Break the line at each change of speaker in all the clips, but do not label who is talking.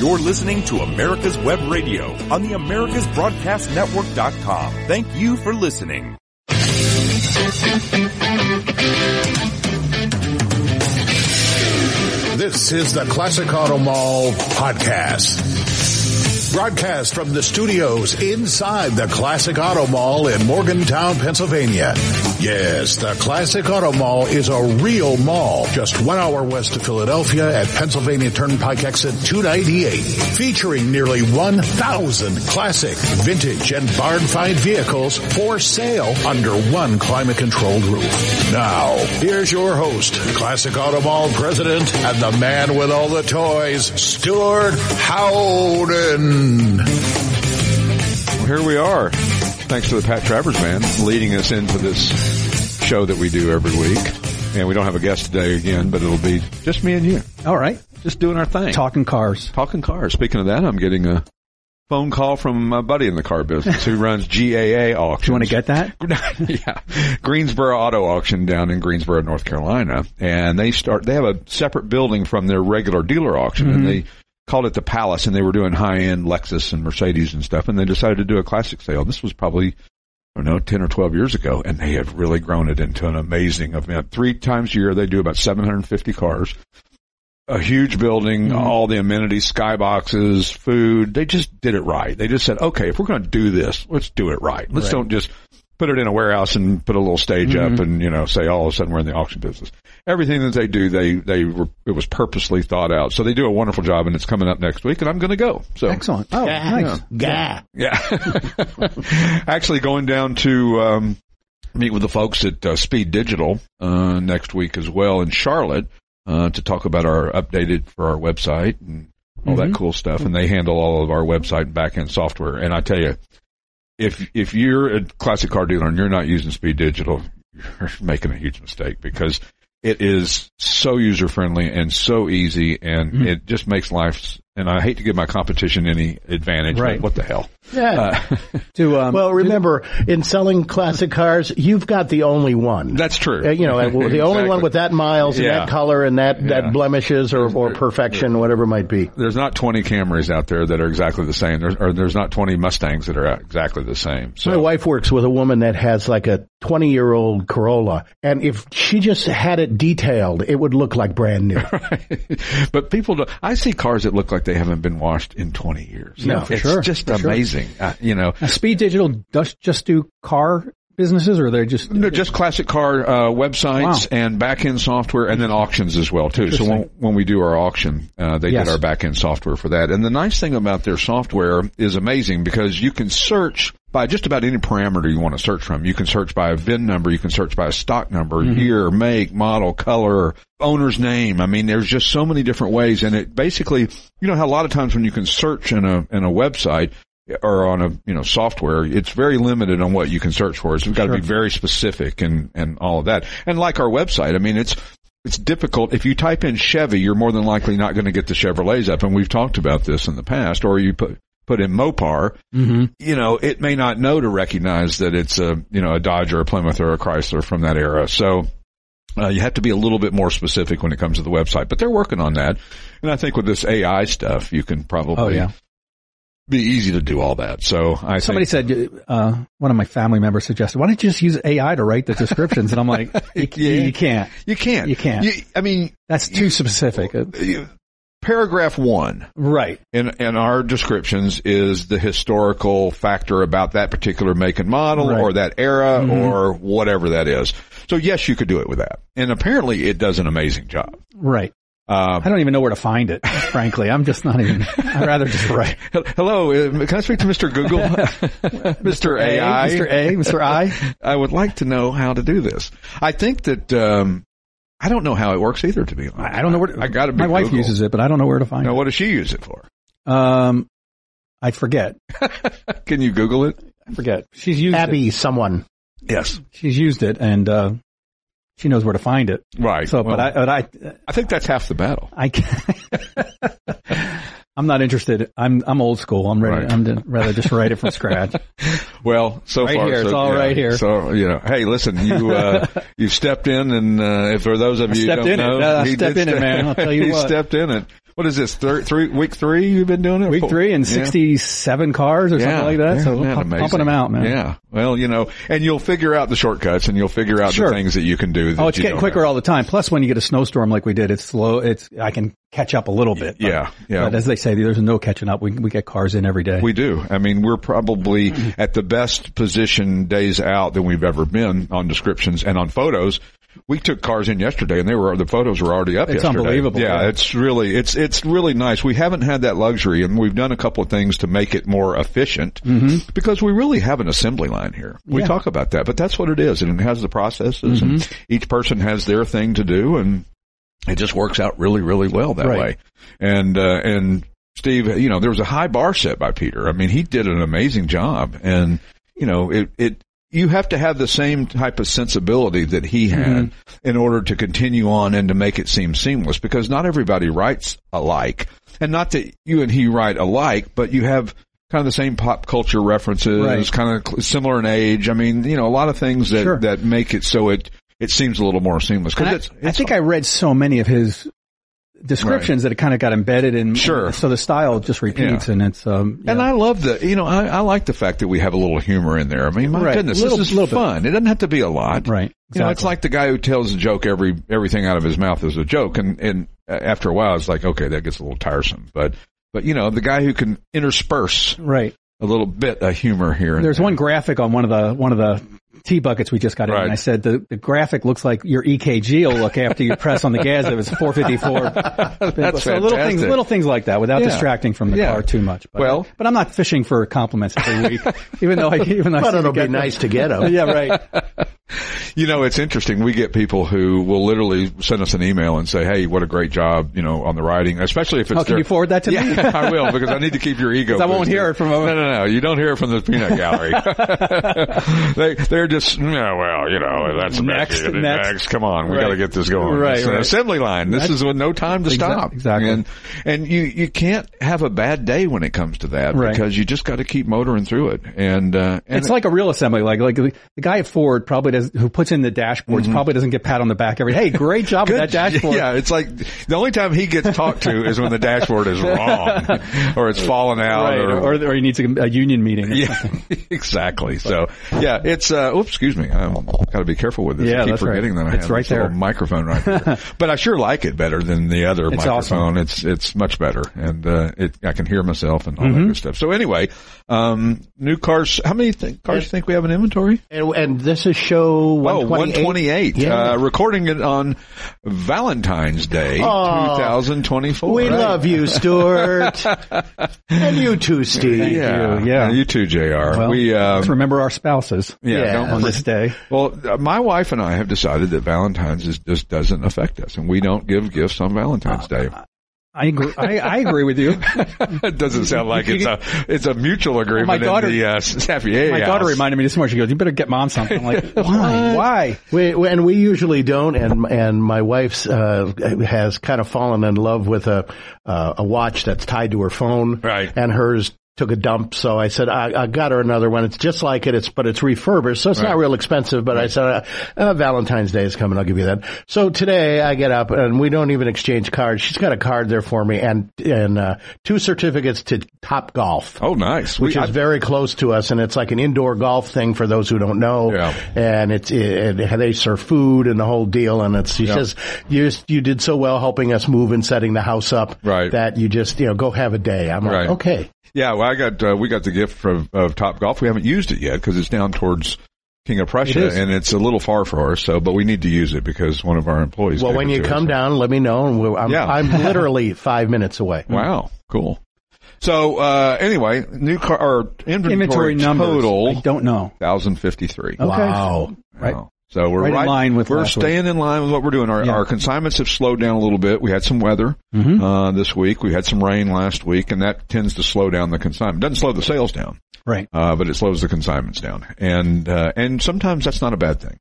You're listening to America's Web Radio on the AmericasBroadcastNetwork.com. Thank you for listening.
This is the Classic Auto Mall Podcast. Broadcast from the studios inside the Classic Auto Mall in Morgantown, Pennsylvania. Yes, the Classic Auto Mall is a real mall, just one hour west of Philadelphia at Pennsylvania Turnpike exit 298, featuring nearly 1,000 classic, vintage, and barn find vehicles for sale under one climate controlled roof. Now, here's your host, Classic Auto Mall President and the man with all the toys, Stuart Howden.
Here we are. Thanks to the Pat Travers band leading us into this show that we do every week. And we don't have a guest today again, but it'll be just me and you,
All right.
just doing our thing.
Talking cars.
Talking cars. Speaking of that, I'm getting a phone call from my buddy in the car business who runs GAA auctions.
Do you want to get
Oh.
that?
yeah, Greensboro Auto Auction down in Greensboro, North Carolina, and they start. They have a separate building from their regular dealer auction, and they called it the Palace, and they were doing high end Lexus and Mercedes and stuff, and they decided to do a classic sale. This was probably. I don't know, 10 or 12 years ago, and they have really grown it into an amazing event. Three times a year, they do about 750 cars, a huge building, all the amenities, skyboxes, food. They just did it right. They just said, okay, if we're going to do this, let's do it right. Let's don't just put it in a warehouse and put a little stage up and, you know, say all of a sudden we're in the auction business. Everything that they do, they, they were, it was purposely thought out. So they do a wonderful job and it's coming up next week and I'm going to go. So
Excellent. Oh, nice.
Gah.
yeah. Actually, going down to um, meet with the folks at uh, Speed Digital uh, next week as well in Charlotte uh, to talk about our updated for our website and all that cool stuff. And they handle all of our website and back end software. And I tell you, if if you're a classic car dealer and you're not using Speed Digital, you're making a huge mistake because it is so user friendly and so easy, and it just makes life. And I hate to give my competition any advantage,
Right.
but what the hell? Uh,
Yeah.
To, um,
well, remember, in selling classic cars, you've got the only one.
That's true.
Uh, you know, the only one with that miles and
Yeah.
that color and that,
Yeah.
that blemishes or, or perfection, whatever it might be.
There's not 20 Camrys out there that are exactly the same. There's, or there's not 20 Mustangs that are exactly the same.
My
So
wife works with a woman that has like a 20 year old Corolla, and if she just had it detailed, it would look like brand new.
but people, do, I see cars that look like they haven't been washed in 20 years.
No, for
it's
sure,
just
for sure.
amazing. Uh, you know,
now, Speed Digital does just do car businesses, or they're just
No, just classic car uh, websites
Wow.
and back end software, and then auctions as well too. So when, when we do our auction, uh, they
Yes.
did our back end software for that. And the nice thing about their software is amazing because you can search by just about any parameter you want to search from. You can search by a VIN number, you can search by a stock number, year, make, model, color, owner's name. I mean, there's just so many different ways, and it basically, you know, how a lot of times when you can search in a in a website or on a you know software, it's very limited on what you can search for. So we've got to be very specific and and all of that. And like our website, I mean, it's it's difficult if you type in Chevy, you're more than likely not going to get the Chevrolets up, and we've talked about this in the past. Or you put put in Mopar,
Mm-hmm.
you know, it may not know to recognize that it's a you know a Dodge or a Plymouth or a Chrysler from that era. So uh, you have to be a little bit more specific when it comes to the website, but they're working on that. And I think with this AI stuff, you can probably
Oh, yeah.
be easy to do all that. So I
Somebody
think,
said uh, one of my family members suggested, "Why don't you just use AI to write the descriptions?" And I'm like, "You,
Yeah.
you can't.
you can't,
you can't.
I mean,
That's too specific." Uh,
you- paragraph one
Right.
in in our descriptions is the historical factor about that particular make and model
Right. Mm-hmm.
or that era or whatever that is. So yes, you could do it with that, and apparently it does an amazing job.
Right.
Uh,
I don't even know where to find it. Frankly, I'm just not even. I'd rather just write.
Hel- Hello, uh, can I speak to Mr. Google? Mr. AI?
Mr. A, Mr. I.
I would like to know how to do this. I think that, um, I don't know how it works either, to be honest.
I don't know where. To,
I gotta be
My wife
Google.
uses it, but I don't know where to find
Now, what does she use it for?
it. Um, I forget.
Can you Google it?
I forget. She's used it.
Abby, someone.
Yes.
she's used it and uh, she knows where to find it.
Right.
So,
Well,
but I, but I,
I think that's half the battle.
I can't- I'm not interested. I'm I'm old school. I'm ready.
Right.
I'm to, rather just write it from scratch.
Well, so
Right
far,
here.
so,
It's all
yeah.
right here.
So you know, hey, listen, you uh, you've stepped in, and uh, if there are those of you who
stepped
don't
in it.
know,
Uh, I
he
stepped
did
in it, man. I'll tell you
he
what.
stepped in it. What is this? Thir- three week three? You've been doing it
Week
Four-
three and
Yeah.
67 cars or something like that.
yeah,
So
isn't
we're
that
pump,
amazing?
pumping them out, man.
Yeah. Well, you know, and you'll figure out the shortcuts and you'll figure out
Sure.
the things that you can do. That
Oh, it's
you
getting
don't
quicker
have.
all the time. Plus, when you get a snowstorm like we did, it's slow. It's I can catch up a little bit. but-
Yeah, yeah.
But as they say, there's no catching up. We we get cars in every day.
We do. I mean, we're probably at the best position days out than we've ever been on descriptions and on photos. We took cars in yesterday, and they were the photos were already up.
It's
yesterday.
unbelievable,
Yeah,
yeah.
it's really it's it's really nice. We haven't had that luxury, and we've done a couple of things to make it more efficient
Mm-hmm.
because we really have an assembly line here. We talk about that, but that's what it is, and it has the processes,
Mm-hmm.
and each person has their thing to do, and it just works out really, really well that
Right.
way. And, uh, and Steve, you know, there was a high bar set by Peter. I mean, he did an amazing job and, you know, it, it, you have to have the same type of sensibility that he had
Mm-hmm.
in order to continue on and to make it seem seamless because not everybody writes alike and not that you and he write alike, but you have kind of the same pop culture references,
Right.
kind of cl- similar in age. I mean, you know, a lot of things that,
Sure.
that make it so it, it seems a little more seamless
And I,
because it's,
I
it's
think I read so many of his descriptions that it kind of got embedded in.
Sure.
So the style just repeats,
Yeah.
and it's um.
And
yeah.
I love the, you know, I, I like the fact that we have a little humor in there. I mean, my
Right.
goodness,
Little-
this is
little bit.
fun. It doesn't have to be a lot.
Right.
You know, it's like the guy who tells a joke every, everything out of his mouth is a joke. And, and uh, after a while, it's like, okay, that gets a little tiresome. But, but you know, the guy who can intersperse
right.
a little bit of humor here. and
There's
there.
one graphic on one of the one of the tea buckets we just got in,
Right.
and I said the, the graphic looks like your EKG will look after you press on the gas. It was 454.
That's
so little things,
fantastic.
little things like that, without
Yeah.
distracting from the
Yeah.
car too much. But,
Well-
but I'm not fishing for compliments every week, even though I, even though I
But
seem to
it'll
get them.
be nice to get them.
Yeah, right.
You know, it's interesting. We get people who will literally send us an email and say, "Hey, what a great job!" You know, on the writing, especially if it's.
Oh, can
their-
you forward that to
yeah,
me?
I will because I need to keep your ego.
'Cause I won't
boosted.
hear it from-
No, no, no. You don't hear it from the peanut gallery. they they're just yeah, well, you know, that's about
Next,
it.
next.
Come on, we
Right.
got to get this going.
Right,
It's an
right.
assembly line. This is with no time to stop.
exactly.
And and you you can't have a bad day when it comes to that
Right.
because you just got to keep motoring through it. And uh, and
It's like a real assembly. Like like the the guy at Ford probably does who puts in the dashboards probably doesn't get pat on the back every. Hey, great job with that dashboard.
Yeah, it's like the only time he gets talked to is when the dashboard is wrong or it's fallen out
Right,
or,
or, or he needs a, a union meeting.
yeah, exactly. So yeah, it's uh, oops, excuse me, I got to be careful with this.
Yeah,
I keep
that's right.
forgetting that I
It's
have
right
this little
there.
microphone right here. but I sure like it better than the other
It's
microphone.
awesome.
It's it's much better, and uh, it I can hear myself and all
Mm-hmm.
that good stuff. So anyway, um, new cars. How many th- cars do you think we have in inventory?
And, and this is show
Oh,
128.
128.
Yeah.
Uh, recording it on Valentine's Day,
Oh.
2024.
we
Right.
love you, Stuart. and you too, Steve.
Yeah,
you. Yeah.
You too, Jr.
Well,
we, uh,
Let's remember our spouses.
yeah,
yeah.
don't-
On this day.
well, uh, my wife and I have decided that Valentine's is, just doesn't affect us, and we don't give gifts on Valentine's Day.
Uh, I agree, I, I agree with you.
it doesn't sound like it's a it's a mutual agreement.
uh, my daughter-
in the, uh, Sappy A
My
house.
daughter reminded me this morning. She goes, "You better get mom something." I'm like, why? Why?
We, we- and we usually don't. And and my wife's uh, has kind of fallen in love with a uh, a watch that's tied to her phone.
Right.
And hers took a dump, so I said I, I got her another one. It's just like it. It's but it's refurbished, so it's not real expensive. But I said uh, uh, Valentine's Day is coming. I'll give you that. So today I get up and we don't even exchange cards. She's got a card there for me and and uh, two certificates to Top Golf
Oh, nice.
which
We-
is very close to us, and it's like an indoor golf thing for those who don't know.
Yeah.
And it's it, it- they serve food and the whole deal. And it's she says you just- you did so well helping us move and setting the house up
Right.
that you just you know go have a day. I'm
Right.
like okay,
Yeah, well, I got uh, we got the gift from of Top Golf. We haven't used it yet because it's down towards King of Prussia,
is.
and it's a little far for us. So, but we need to use it because one of our employees.
well
gave
when
it
you
to
come
us.
down, let me know. And we'll, I'm
Yeah.
I'm literally five minutes away.
Wow, cool. So uh, anyway, new car or inventory,
Inventory numbers.
total
I don't know.
thousand fifty three.
Okay.
Wow.
Right.
So we're
Right
right,
in line with
we're
last week.
staying in line with what we're doing. Our,
Yeah. Mm-hmm.
our consignments have slowed down a little bit. We had some weather uh, this week. We had some rain last week, and that tends to slow down the consignment. Doesn't slow the sales down,
Right.
uh, but it slows the consignments down. And uh, and sometimes that's not a bad thing.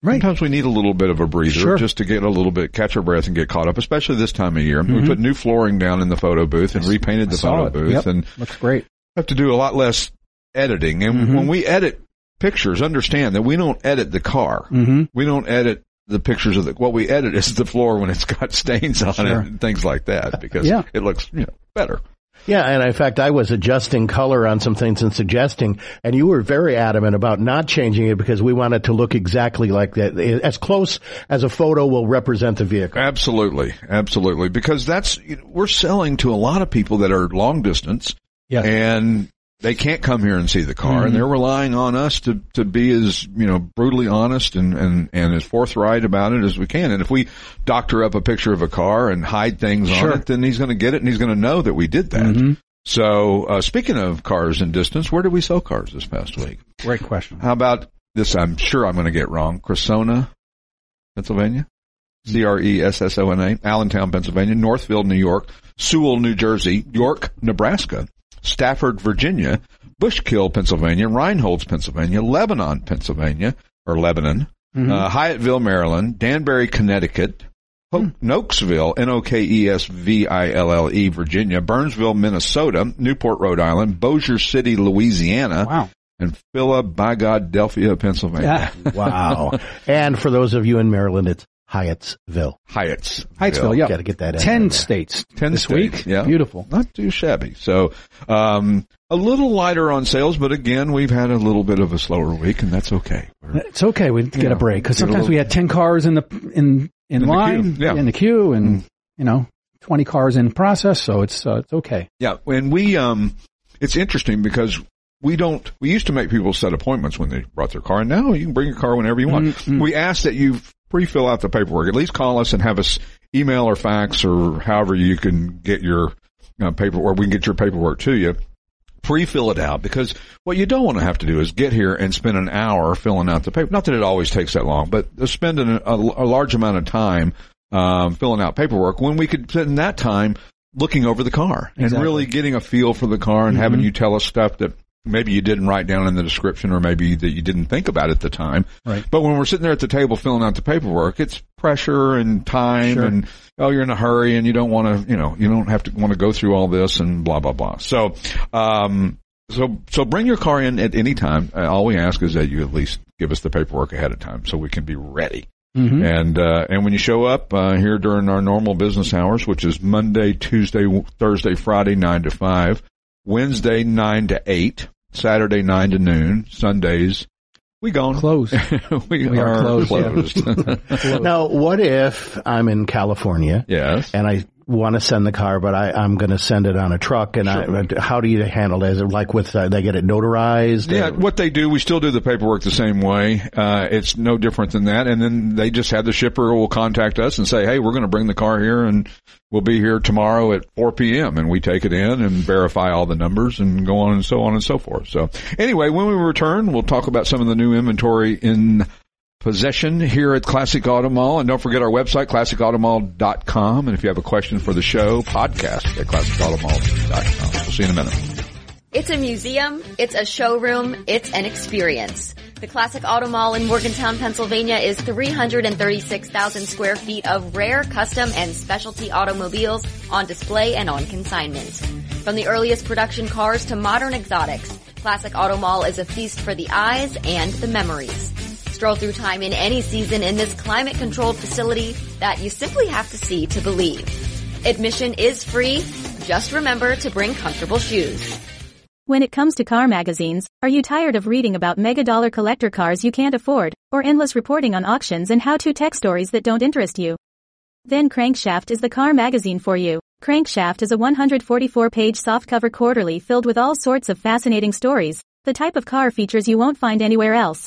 Right.
Sometimes we need a little bit of a breather
Sure.
just to get a little bit, catch our breath and get caught up, especially this time of year. We put new flooring down in the photo booth and repainted the
Mm-hmm. Saw
photo
it.
booth
Yep.
and
looks great.
have to do a lot less editing. And when we edit pictures, understand that we don't edit the car. We don't edit the pictures of the, what we edit is the floor when it's got stains on it and things like that because
Yeah.
it looks, you know, better.
Yeah, and in fact, I was adjusting color on some things and suggesting, and you were very adamant about not changing it because we wanted to look exactly like that, as close as a photo will represent the vehicle.
Absolutely. Absolutely. Because that's, you know, we're selling to a lot of people that are long distance
Yeah.
and they can't come here and see the car and they're relying on us to, to be as, you know, brutally honest and, and, and as forthright about it as we can. And if we doctor up a picture of a car and hide things
Sure.
on it, then he's going to get it and he's going to know that we did that.
Mm-hmm.
So, uh, speaking of cars and distance, where did we sell cars this past week?
Great question.
How about this? I'm sure I'm going to get wrong. Cressona, Pennsylvania. C R E S S O N A. Allentown, Pennsylvania. Northville, New York. Sewell, New Jersey. York, Nebraska. Stafford, Virginia. Bushkill, Pennsylvania. Reinholds, Pennsylvania. Lebanon, Pennsylvania. Or Lebanon. Uh, Hyattville, Maryland. Danbury, Connecticut. Ho- Noakesville, E N-O-K-E-S-V-I-L-L-E, E, Virginia. Burnsville, Minnesota. Newport, Rhode Island. Bossier City, Louisiana
Wow.
and Phila by God, Delphia, Pennsylvania.
Yeah.
Wow. and for those of you in Maryland, it's Hyattsville.
Hyatts.
Hyattsville, yeah.
Gotta get that in
Ten
there.
states
10
this
states,
week.
yeah.
Beautiful.
Not too shabby. So, um, a little lighter on sales, but again, we've had a little bit of a slower week and that's okay. We're-
It's okay. We get
Yeah.
a break because
Get a
sometimes
little-
we had ten cars in the in in,
the
line
queue, yeah. Mm-hmm.
in the queue, and you know twenty cars in process. So it's uh, it's okay.
Yeah. And we, um, it's interesting because we don't, we used to make people set appointments when they brought their car and now you can bring your car whenever you want.
Mm-hmm.
We ask that you pre-fill out the paperwork. At least call us and have us email or fax or however you can get your uh, paperwork. We can get your paperwork to you. pre-fill it out because what you don't want to have to do is get here and spend an hour filling out the paper. Not that it always takes that long, but spend an, a, a large amount of time um, filling out paperwork when we could spend that time looking over the car and really getting a feel for the car and having you tell us stuff that maybe you didn't write down in the description or maybe that you didn't think about at the time.
Right.
But when we're sitting there at the table filling out the paperwork, it's pressure and time and oh, you're in a hurry and you don't want to, you know, you don't have to want to go through all this and blah blah blah. So, um, so so bring your car in at any time. Uh, all we ask is that you at least give us the paperwork ahead of time so we can be ready. And uh, and when you show up uh, here during our normal business hours, which is Monday, Tuesday, Thursday, Friday, nine to five, Wednesday nine to eight, Saturday nine to noon, Sundays we gone
Close.
we,
We are
are
closed, yeah.
closed.
Now, what if I'm in California
yes.
and I want to send the car, but I, I'm going to send it on a truck. And I, how do you handle that? Is it like with uh, they get it notarized?
Yeah,
Or-
what they do, we still do the paperwork the same way. Uh, it's no different than that. And then they just have the shipper will contact us and say, Hey, we're going to bring the car here and we'll be here tomorrow at 4 p.m. And we take it in and verify all the numbers and go on and so on and so forth. So anyway, when we return, we'll talk about some of the new inventory in possession here at Classic Auto Mall. And don't forget our website, classicautomall.com. And if you have a question for the show, podcast at classicautomall.com. We'll see you in a minute.
It's a museum, it's a showroom, it's an experience. The Classic Auto Mall in Morgantown, Pennsylvania is 336,000 square feet of rare custom and specialty automobiles on display and on consignment. From the earliest production cars to modern exotics, Classic Auto Mall is a feast for the eyes and the memories. Stroll through time in any season in this climate controlled facility that you simply have to see to believe. Admission is free. Just remember to bring comfortable shoes.
When it comes to car magazines, are you tired of reading about mega dollar collector cars you can't afford, or endless reporting on auctions and how to tech stories that don't interest you? Then Crankshaft is the car magazine for you. Crankshaft is a 144 page softcover quarterly filled with all sorts of fascinating stories, the type of car features you won't find anywhere else.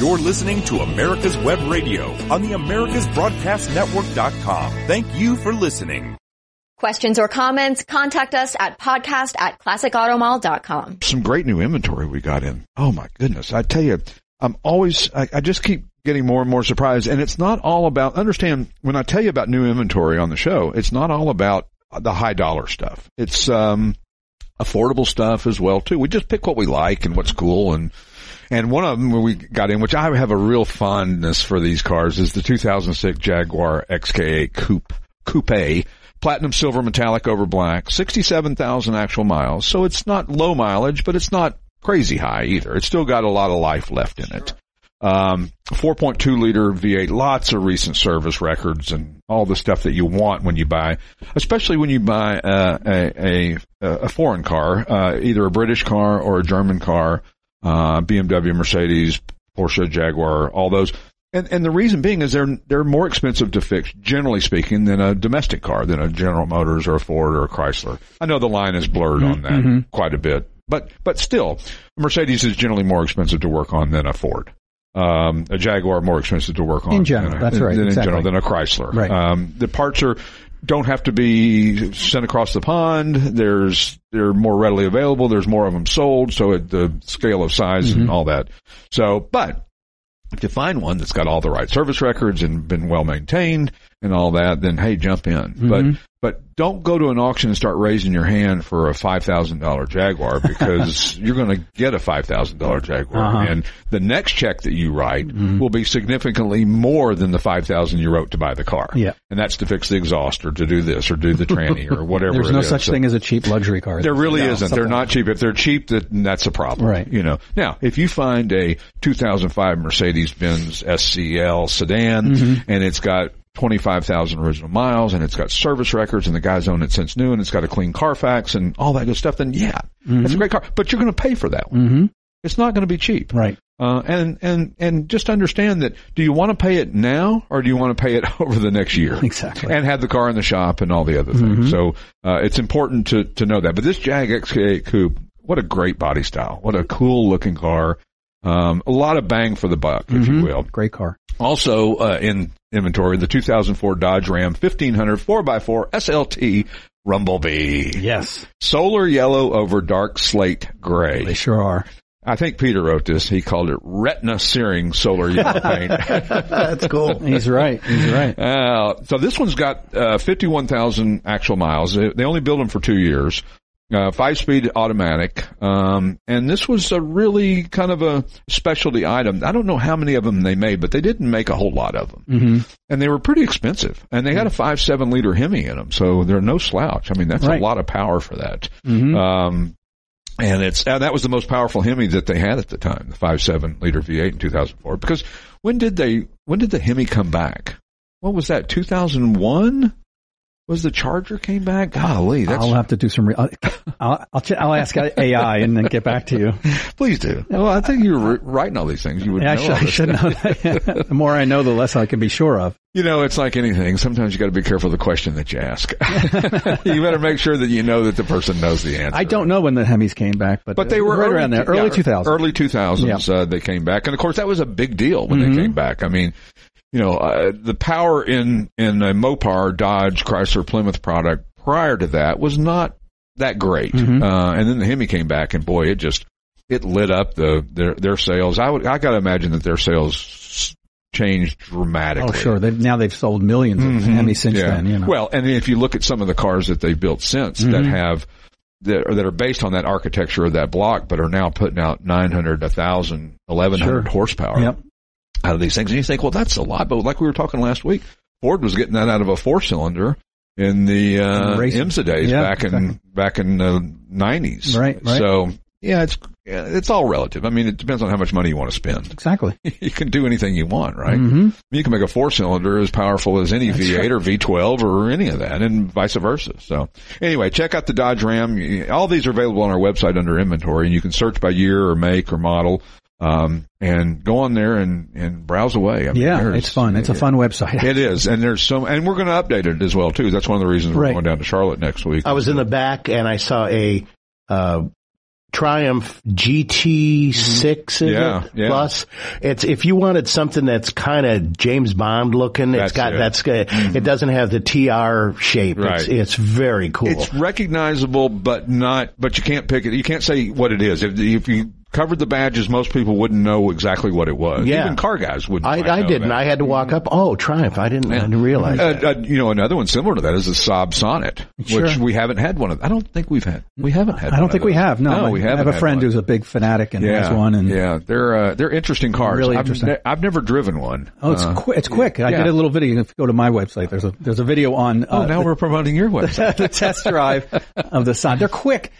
You're listening to America's Web Radio on the AmericasBroadcastNetwork.com. Thank you for listening.
Questions or comments, contact us at podcast at classicautomall.com.
some great new inventory we got in. Oh my goodness. I tell you, I'm always, I, I just keep getting more and more surprised. And it's not all about, understand when I tell you about new inventory on the show, it's not all about the high dollar stuff. It's, um, affordable stuff as well too. We just pick what we like and what's cool and, and one of them we got in, which I have a real fondness for these cars is the 2006 Jaguar XKA Coupe, Coupe, platinum silver metallic over black, 67,000 actual miles. So it's not low mileage, but it's not crazy high either. It's still got a lot of life left in it. Um, 4.2 liter V8, lots of recent service records and all the stuff that you want when you buy, especially when you buy uh, a, a, a foreign car, uh, either a British car or a German car, uh, BMW, Mercedes, Porsche, Jaguar, all those. And, and the reason being is they're, they're more expensive to fix, generally speaking, than a domestic car, than a General Motors or a Ford or a Chrysler. I know the line is blurred on that quite a bit, but, but still, Mercedes is generally more expensive to work on than a Ford. Um, a Jaguar more expensive to work on
In general,
than a-
that's right,
than
exactly.
in general than a Chrysler.
Right.
Um, the parts are don't have to be sent across the pond. There's they're more readily available. There's more of them sold. So at the scale of size
Mm-hmm.
and all that. So, but if you find one that's got all the right service records and been well maintained and all that, then hey, jump in.
Mm-hmm.
But but don't go to an auction and start raising your hand for a five thousand dollar Jaguar because you're going to get a five thousand dollar Jaguar,
Uh-huh.
and the next check that you write
Mm-hmm.
will be significantly more than the five thousand you wrote to buy the car.
Yeah.
and that's to fix the exhaust or to do this or do the tranny or whatever.
There's
it
no
is.
such
So-
thing as a cheap luxury car.
there really isn't. They're
something
not cheap. If they're cheap, that that's a problem.
Right.
You know. Now, if you find a 2005 Mercedes-Benz SCL sedan
Mm-hmm.
and it's got 25,000 original miles and it's got service records and the guy's owned it since new and it's got a clean Carfax and all that good stuff, then yeah,
Mm-hmm.
that's a great car. But you're going to pay for that one. Mm-hmm. It's not going to be cheap.
Right.
Uh, and, and, and just understand that do you want to pay it now or do you want to pay it over the next year?
Exactly.
And have the car in the shop and all the other things. So, uh, it's important to, to know that. But this Jag XK8 Coupe, what a great body style. What a cool looking car. Um, a lot of bang for the buck, if you will.
Great car.
Also, uh, in inventory, the 2004 Dodge Ram 1500 4x4 SLT Rumblebee.
Yes,
Solar yellow over dark slate gray.
they sure are.
I think Peter wrote this. He called it retina searing solar yellow paint.
That's cool.
He's right. He's right.
uh, so this one's got uh, 51,000 actual miles. They, they only built them for two years. Uh, five speed automatic. Um, and this was a really kind of a specialty item. I don't know how many of them they made, but they didn't make a whole lot of them. Mm-hmm. And they were pretty expensive. And they got a five, seven liter Hemi in them. So they're no slouch. I mean, that's
Right.
a lot of power for that. Um, and it's and that was the most powerful Hemi that they had at the time, the five seven liter V eight in two thousand four. Because when did they when did the Hemi come back? What was that? Two thousand one was the Charger came back? Golly, that's
I'll have to do some. Re- I'll I'll, I'll, ch- I'll ask AI and then get back to you.
please do. Well, I think you're re- writing all these things. You would
Yeah, I
know
should,
all
I
this.
should know that. the more I know, the less I can be sure of.
You know, it's like anything. Sometimes you got to be careful of the question that you ask. you better make sure that you know that the person knows the answer.
I don't know when the Hemis came back, but uh,
But they were
right
early,
around there, early
yeah,
two thousand.
Early 2000s, uh, they came back. And of course, that was a big deal when
Mm-hmm.
they came back. I mean, you know, uh, the power in, in a Mopar, Dodge, Chrysler, Plymouth product prior to that was not that great.
Mm-hmm.
Uh, and then the Hemi came back and boy, it just, it lit up the, their, their sales. I would, I gotta imagine that their sales changed dramatically.
Oh, sure. They've, now they've sold 1000000s of Hemis
Mm-hmm.
since
Yeah.
then. You know. Mm-hmm.
Well, and if you look at some of the cars that they've built since that have that are, that are based on that architecture of that block, but are now putting out 900, 1,000, 1,100
Sure.
horsepower
Yep.
out of these things. And you think, well, that's a lot. But like we were talking last week, Ford was getting that out of a four cylinder in the,
In
uh,
the racing.
IMSA days
Yeah,
back in,
exactly.
back in the nineties.
Right, right.
So yeah, it's, yeah, it's all relative. I mean, it depends on how much money you want to spend
exactly.
you can do anything you want, right? Mm-hmm. You can make a four cylinder as powerful as any V8 or V12 or any of that and vice versa. So anyway, check out the Dodge Ram. All these are available on our website under inventory and you can search by year or make or model. Um, and go on there and, and browse away. I mean,
Yeah,
there's-
it's fun. It's a fun website.
It is. And there's some, and we're going to update it as well too. That's one of the reasons we're
Right.
going down to Charlotte next week.
I was in the back and I saw a uh, Triumph GT6 in
Yeah,
it
yeah.
plus. It's if you wanted something that's kind of James Bond looking.
That's
it's got
it. Mm-hmm.
that's good. It doesn't have the TR shape. It's,
Right.
it's very cool.
It's recognizable, but not. But you can't pick it. You can't say what it is. If, if you covered the badges, most people wouldn't know exactly what it was.
Yeah.
Even car guys wouldn't.
I,
quite
I
know
didn't.
that. Mm-hmm.
I had to walk up. Oh, Triumph. I didn't, I didn't realize.
Uh,
that.
uh, you know, another one similar to that is the Saab Sonnet, which we haven't had one of. I don't think we've had. We haven't had.
I
one
don't
of
think we
those.
have. No,
we
I
haven't.
have a
had
friend
one.
who's a big fanatic and
yeah,
has one, and
yeah, they're uh, they're interesting cars.
Really
I've
interesting.
ne- I've never driven one.
oh, it's qui- it's quick. I
Uh-huh. yeah.
did a little video. If you go to my website, there's a there's a video on uh,
oh, now we're promoting your website.
the test drive of the Sonnet. They're quick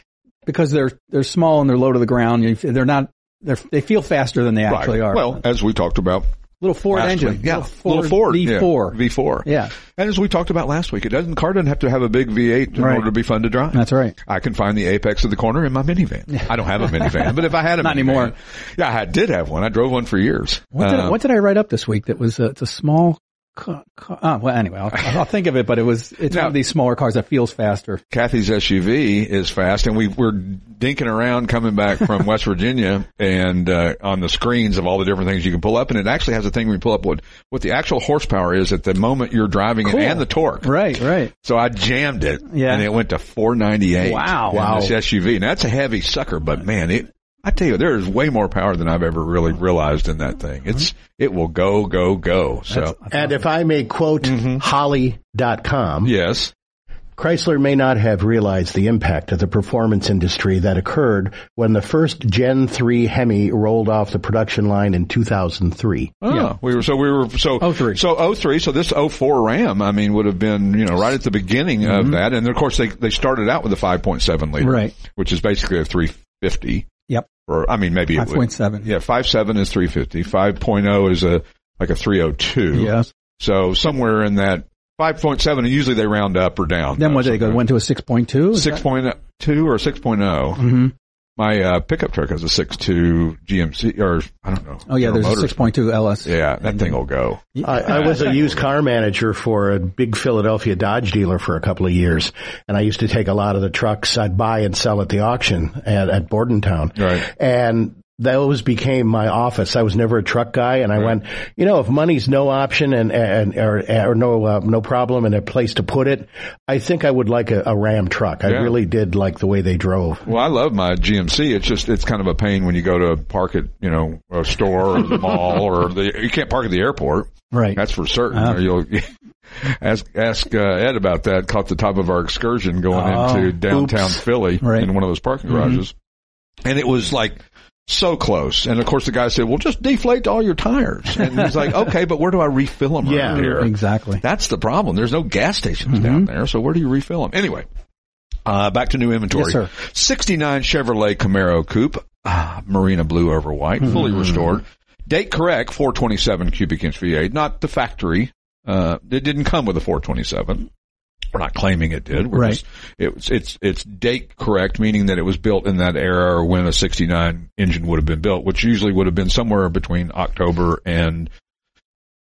because they're they're small and they're low to the ground. You, they're not. They're, they feel faster than they actually are.
Well, as we talked about
little Ford
last
engine,
week. yeah,
little Ford,
yeah,
V4.
V4,
Yeah.
And as we talked about last week, it doesn't. Car doesn't have to have a big V8 in
Right.
order to be fun to drive.
That's right.
I can find the apex of the corner in my minivan. I don't have a minivan, but if I had a
Not
minivan-
anymore.
yeah, I did have one. I drove one for years.
What did,
Uh,
what did I write up this week that was uh, it's a small car? car ah, well, anyway, I'll, I'll think of it, but it was it's
Now-
one of these smaller cars that feels faster.
Kathy's SUV is fast, and we were dinking around coming back from West Virginia, and uh, on the screens of all the different things you can pull up, and it actually has a thing where you pull up what what the actual horsepower is at the moment you're driving it, and the torque.
Right, right.
So I jammed it,
Yeah.
and it went to 498.
Wow.
in
Wow.
This SUV, and that's a heavy sucker, but man, it. I tell you, there is way more power than I've ever really realized in that thing. It's
Uh-huh.
it will go, go, go. So
and if I may quote
Mm-hmm.
Holly dot com.
yes,
Chrysler may not have realized the impact of the performance industry that occurred when the first Gen 3 Hemi rolled off the production line in 2003.
Oh, we were so we were so
Oh, three.
so oh three. So this oh four Ram, I mean, would have been you know right at the beginning of that, and of course they they started out with a five point seven liter,
Mm-hmm. Right.
which is basically a three fifty,
Yep.
or I mean maybe it would-
5.7.
Yeah, five seven is three fifty. Five oh is a like a three oh two.
Yes.
So somewhere in that five point seven, and usually they round up or down.
Then what did they go? Went to a 6.2? Is
Six
that-
point two or six oh.
Mhm.
My uh, pickup truck has a six two GMC, or I don't know.
Oh yeah,
General
there's a
Motors.
6.2 LS.
Yeah, that thing will go.
I, I was a used car manager for a big Philadelphia Dodge dealer for a couple of years, and I used to take a lot of the trucks I'd buy and sell at the auction at, at Bordentown.
Right.
And those became my office. I was never a truck guy, and I went, you know, if money's no option and, and or, or no uh, no problem and a place to put it, I think I would like a, a Ram truck. I
Yeah.
really did like the way they drove.
Well, I love my GMC. It's just it's kind of a pain when you go to park at you know a store or the mall or the you can't park at the airport.
Right. Uh-huh.
That's for certain. Or you'll ask ask uh, Ed about that. Caught the top of our excursion going
Oh,
into downtown Philly
Right. Mm-hmm.
in one of those parking garages, and it was like. So close, and of course the guy said, "Well, just deflate all your tires." And he's like, "Okay, but where do I refill them?"
Yeah.
around here?
Exactly. Mm-hmm.
That's the problem. There's no gas stations down there, so where do you refill them? Anyway, uh, back to new inventory.
Yes, sir.
69 Chevrolet Camaro Coupe, ah, Marina Blue over white, fully
Mm-hmm.
restored. Date correct, 427 cubic inch V8, not the factory. Uh, it didn't come with a 427. We're not claiming it did. We're
Right.
just- it was, it's, it's date correct, meaning that it was built in that era or when a 69 engine would have been built, which usually would have been somewhere between October and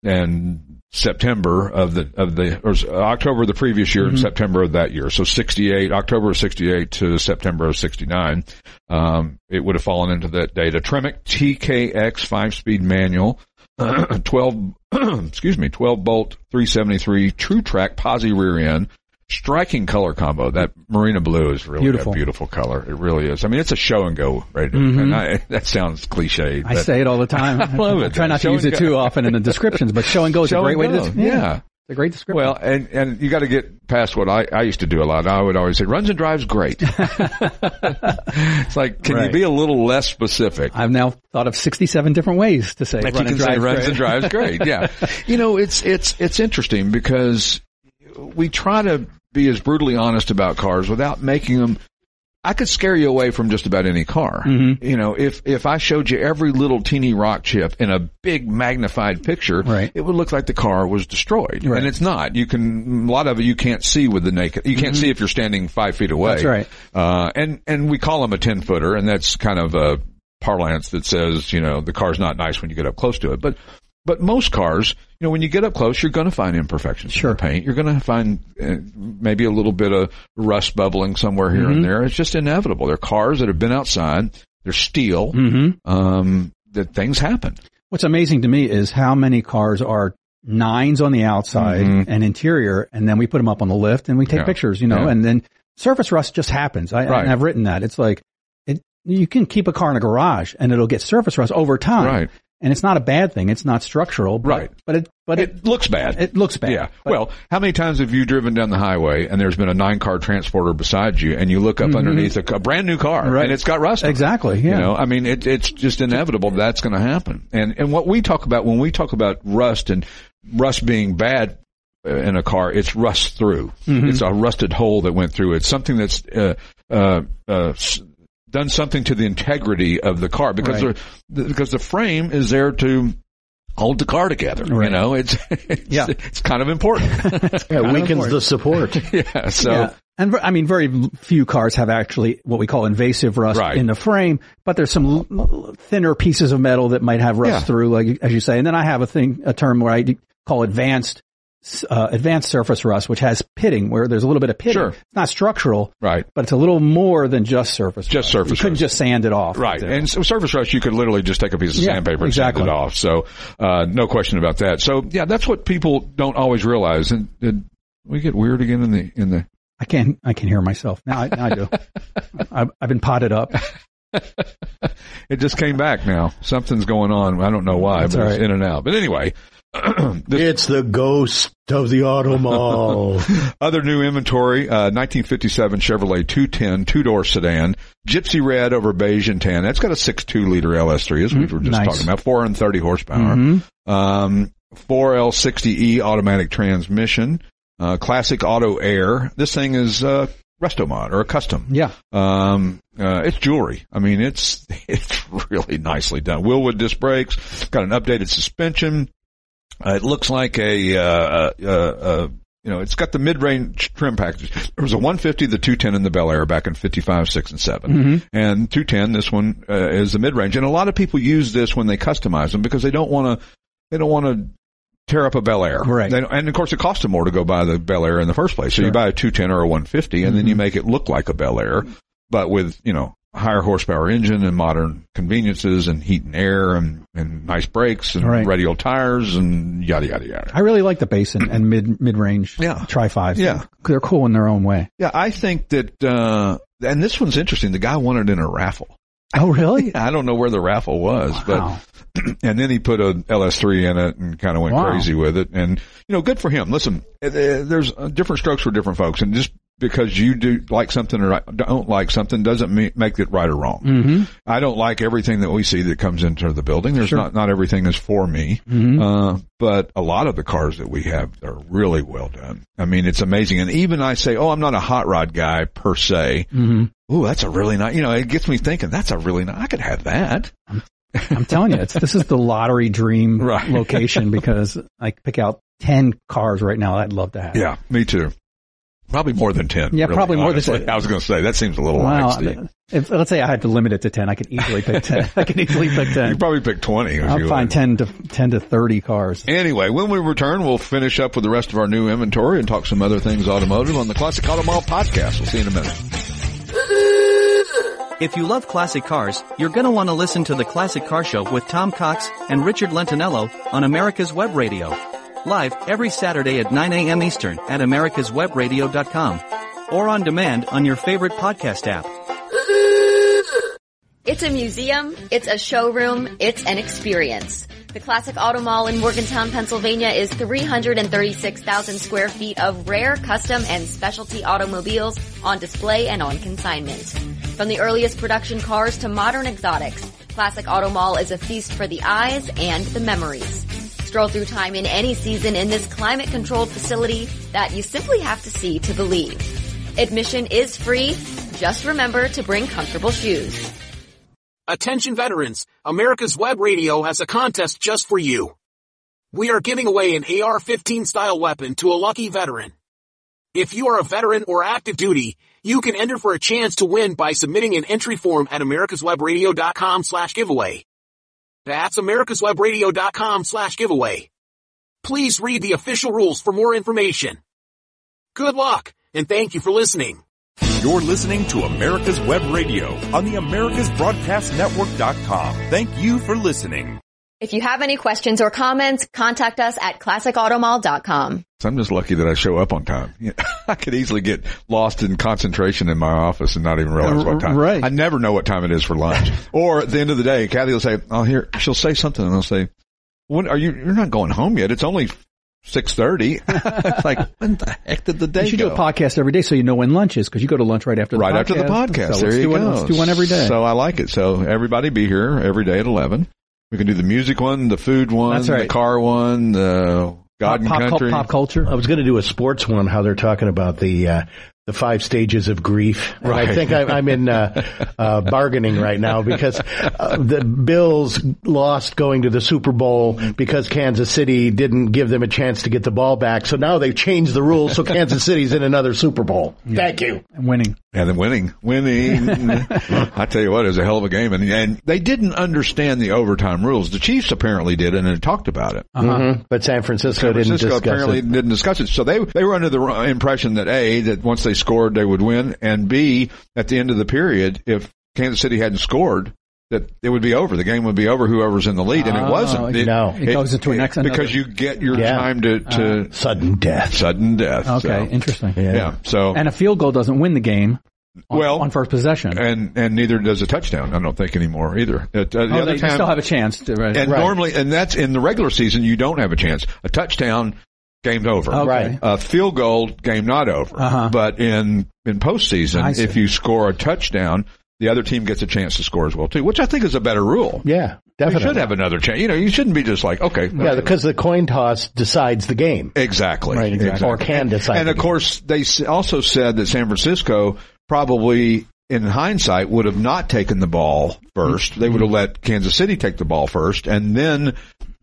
and September of the of the or uh, October of the previous year and September of that year. So 68 October of 68 to September of 69. Um, it would have fallen into that data. Tremec TKX 5-speed manual 12 excuse me, 12 bolt 373 true track posi rear end. Striking color combo. That marina blue is really
Beautiful.
a beautiful color. It really is. I mean, it's a show and go right? And I, that sounds cliche.
Mm-hmm. I
but-
say it all the time. I
love it.
try not
Show
to use
and
it
go.
too often in the descriptions, but show and go is
Show
a great
and
way
go.
to des-
Yeah.
It's a great description.
Well, and and you got to get past what I I used to do a lot. I would always say runs and drives great. it's like can you
Right.
be a little less specific?
I've now thought of 67 different ways to say
If
run
you
and
can say
drive
runs
straight.
and drives great. Yeah. you know, it's it's it's interesting because we try to be as brutally honest about cars without making them I could scare you away from just about any car.
Mm-hmm.
You know, if if I showed you every little teeny rock chip in a big magnified picture,
Right.
it would look like the car was destroyed,
Right.
and it's not. You can a lot of it you can't see with the naked. You can't see if you're standing five feet away.
Mm-hmm. That's right.
Uh, and and we call them a ten footer, and that's kind of a parlance that says you know the car's not nice when you get up close to it, but. But most cars, you know, when you get up close, you're going to find imperfections in
Sure.
the paint. You're going to find uh, maybe a little bit of rust bubbling somewhere here
Mm-hmm.
and there. It's just inevitable. They're cars that have been outside. They're steel.
Mm-hmm.
Um, that things happen.
What's amazing to me is how many cars are nines on the outside and interior, and then we put them up on the lift and we take
Mm-hmm. Yeah.
pictures, you know,
Yeah.
and then surface rust just happens. I,
Right.
and I've written that. It's like, it, you can keep a car in a garage and it'll get surface rust over time.
Right.
And it's not a bad thing. It's not structural. But,
Right.
But it, but it,
It looks bad.
it looks bad.
Yeah.
But-
well, how many times have you driven down the highway and there's been a nine car transporter beside you and you look up underneath a, a brand new car
Mm-hmm. Right.
and it's got rust? on it?
Exactly, yeah.
You know, I mean, it, it's just inevitable that's going to happen. And, and what we talk about when we talk about rust and rust being bad uh, in a car, it's rust through.
Mm-hmm.
It's a rusted hole that went through. It's something that's, uh, uh, uh, s- done something to the integrity of the car because
Right.
the, because the frame is there to hold the car together. You
Right.
know, it's, it's
Yeah.
it's kind of important.
Yeah, it weakens
important.
the support.
yeah. So
yeah. And ver- I mean, very few cars have actually what we call invasive rust
Right.
in the frame, but there's some l- l- thinner pieces of metal that might have rust
Yeah.
through, like as you say. And then I have a thing, a term where I d- call advanced, s- uh, advanced surface rust, which has pitting, where there's a little bit of pitting.
Sure.
It's not structural,
Right.
But it's a little more than just surface.
Just
rust. You
surface
couldn't
rust.
just sand it off,
Right.
There.
And so surface rust, you could literally just take a piece of
Yeah,
sandpaper and
exactly.
sand it off. So, uh, no question about that. So, yeah, that's what people don't always realize. And, and we get weird again in the, in the,
I can I can hear myself now. I, now I do. I've, I've been potted up.
it just came back now. Something's going on. I don't know why,
That's
but
all
it's
right.
in and out. But anyway, this
It's the ghost of the auto mall.
Other new inventory, uh, 1957 Chevrolet 210 two-door sedan, gypsy red over beige and tan. That's got a 6.2 liter LS3 as we were just
Mm, nice. Mm-hmm.
talking about, 430 horsepower. Um, 4L60E E automatic transmission, uh, classic auto air. This thing is, uh, Restomod or a custom.
Yeah.
Um, uh, it's jewelry. I mean, it's, it's really nicely done. Willwood disc brakes, got an updated suspension. Uh, it looks like a, uh, uh, uh, you know, it's got the mid-range trim package. There was a 150, the 210, and the Bel Air back in 55, 6, and 7. And 210, this one, uh, is the mid-range. And a lot of people use this when they customize them because they don't want to, they don't want to tear up a Bel Air.
Right.
They don't- and of course it costs them more to go buy the Bel Air in the first place. So you buy a 210 or a 150 and then you make it look like a Bel Air, but with, you know, higher horsepower engine and modern conveniences and heat and air and, and nice brakes and
Right.
radial tires and yada, yada, yada.
I really like the basin and mid mid range.
Yeah.
Tri fives.
Yeah.
They're cool in their own way.
Yeah, I think that, uh, and this one's interesting. The guy won it in a raffle.
Oh, really?
I don't know where the raffle was,
Wow.
but, and then he put a LS3 in it and kind of went
Wow.
crazy with it. And, you know, good for him. Listen, eh, eh, there's uh, different strokes for different folks. And just because you do like something or don't like something doesn't me- make it right or wrong. I don't like everything that we see that comes into the building. There's not, not everything is for me.
Mm-hmm.
Uh, but a lot of the cars that we have are really well done. I mean, it's amazing. And even I say, oh, I'm not a hot rod guy per se. Ooh, that's a really nice, you know, it gets me thinking, that's a really nice, I could have that.
I'm telling you, it's, this is the lottery dream
Right.
location because I could pick out 10 cars right now I'd love to have.
Yeah, me too. Probably more than 10.
Yeah,
really,
probably more than
honestly.
10.
I was going to say, that seems a little wow.
Wow. uh, If, let's say I had to limit it to 10. I could easily pick 10. I could easily pick
You
10.
probably pick 20 if
I'll
you
find
would.
10 to 10 to 30 cars.
Anyway, when we return, we'll finish up with the rest of our new inventory and talk some other things automotive on the Classic Auto Mall podcast. We'll see you in a minute.
If you love classic cars, you're gonna wanna listen to the Classic Car Show with Tom Cox and Richard Lentinello on America's Web Radio. Live every Saturday at 9 a.m. Eastern at americaswebradio.com or on demand on your favorite podcast app.
It's a museum, it's a showroom, it's an experience. The Classic Auto Mall in Morgantown, Pennsylvania is 336,000 square feet of rare, custom, and specialty automobiles on display and on consignment. From the earliest production cars to modern exotics, Classic Auto Mall is a feast for the eyes and the memories. Stroll through time in any season in this climate controlled facility that you simply have to see to believe. Admission is free. Just remember to bring comfortable shoes.
Attention veterans, America's Web Radio has a contest just for you. We are giving away an AR-15 style weapon to a lucky veteran. If you are a veteran or active duty, you can enter for a chance to win by submitting an entry form at americaswebradio.com slash giveaway. That's americaswebradio.com slash giveaway. Please read the official rules for more information. Good luck, and thank you for listening.
You're listening to America's Web Radio on the AmericasBroadcastNetwork.com. Thank you for listening.
If you have any questions or comments, contact us at classicautomall.com.
So I'm just lucky that I show up on time. Yeah, I could easily get lost in concentration in my office and not even realize what time.
Right.
I never know what time it is for lunch. or at the end of the day, Kathy will say, "I'll hear." She'll say something, and I'll say, "When are you? You're not going home yet. It's only 6.30. it's like when the heck did the day
You should
go?
do a podcast every day so you know when lunch is because you go to lunch right after the
right
podcast.
after the podcast.
So
there
let's
you
do
go.
One, let's do one every day.
So I like it. So everybody be here every day at eleven. We can do the music one, the food one,
That's
the
right.
car one, the God
pop,
and
pop, cul-
country. Oh.
pop culture.
I was going to do a sports one, how they're talking about the uh, the five stages of grief. And I think I, I'm in uh, uh, bargaining right now because uh, the Bills lost going to the Super Bowl because Kansas City didn't give them a chance to get the ball back. So now they've changed the rules, so Kansas City's in another Super Bowl. Thank you.
I'm winning.
And then winning, winning. I tell you what, it was a hell of a game. And, and they didn't understand the overtime rules. The Chiefs apparently did and had talked about it.
Uh, But Mm-hmm. San
Francisco
Francisco, didn't discuss
apparently
it.
didn't discuss it. So they they were under the wrong impression that a that once they scored they would win, and b at the end of the period, if Kansas City hadn't scored, that it would be over. The game would be over. Whoever's in the lead, and it
Oh,
wasn't.
it-
no.
it goes into an next- another- Uh,
because you get your
Yeah.
time to, to
Sudden death.
sudden death.
Okay,
So,
interesting.
yeah. So
And a field goal doesn't win the game. On,
Well-
on first possession,
and and neither does a touchdown. I don't think anymore either. At, uh, the
oh,
other
they
time,
still have a chance. To, right.
and
Right.
normally, and that's in the regular season. You don't have a chance. A touchdown, game's over.
Okay.
Right.
A field goal, game not over.
Uh-huh.
But in in
I
postseason,
see.
if you score a touchdown, the other team gets a chance to score as well too, which I think is a better rule.
Yeah,
you
definitely.
should have another chance. You know, you shouldn't be just like okay,
yeah, because the coin toss decides the game.
Exactly.
Right, exactly. Or can decide
And
the
of
game.
course, they s- also said that San Francisco probably, in hindsight, would have not taken the ball first. They would have let Kansas City take the ball first, and then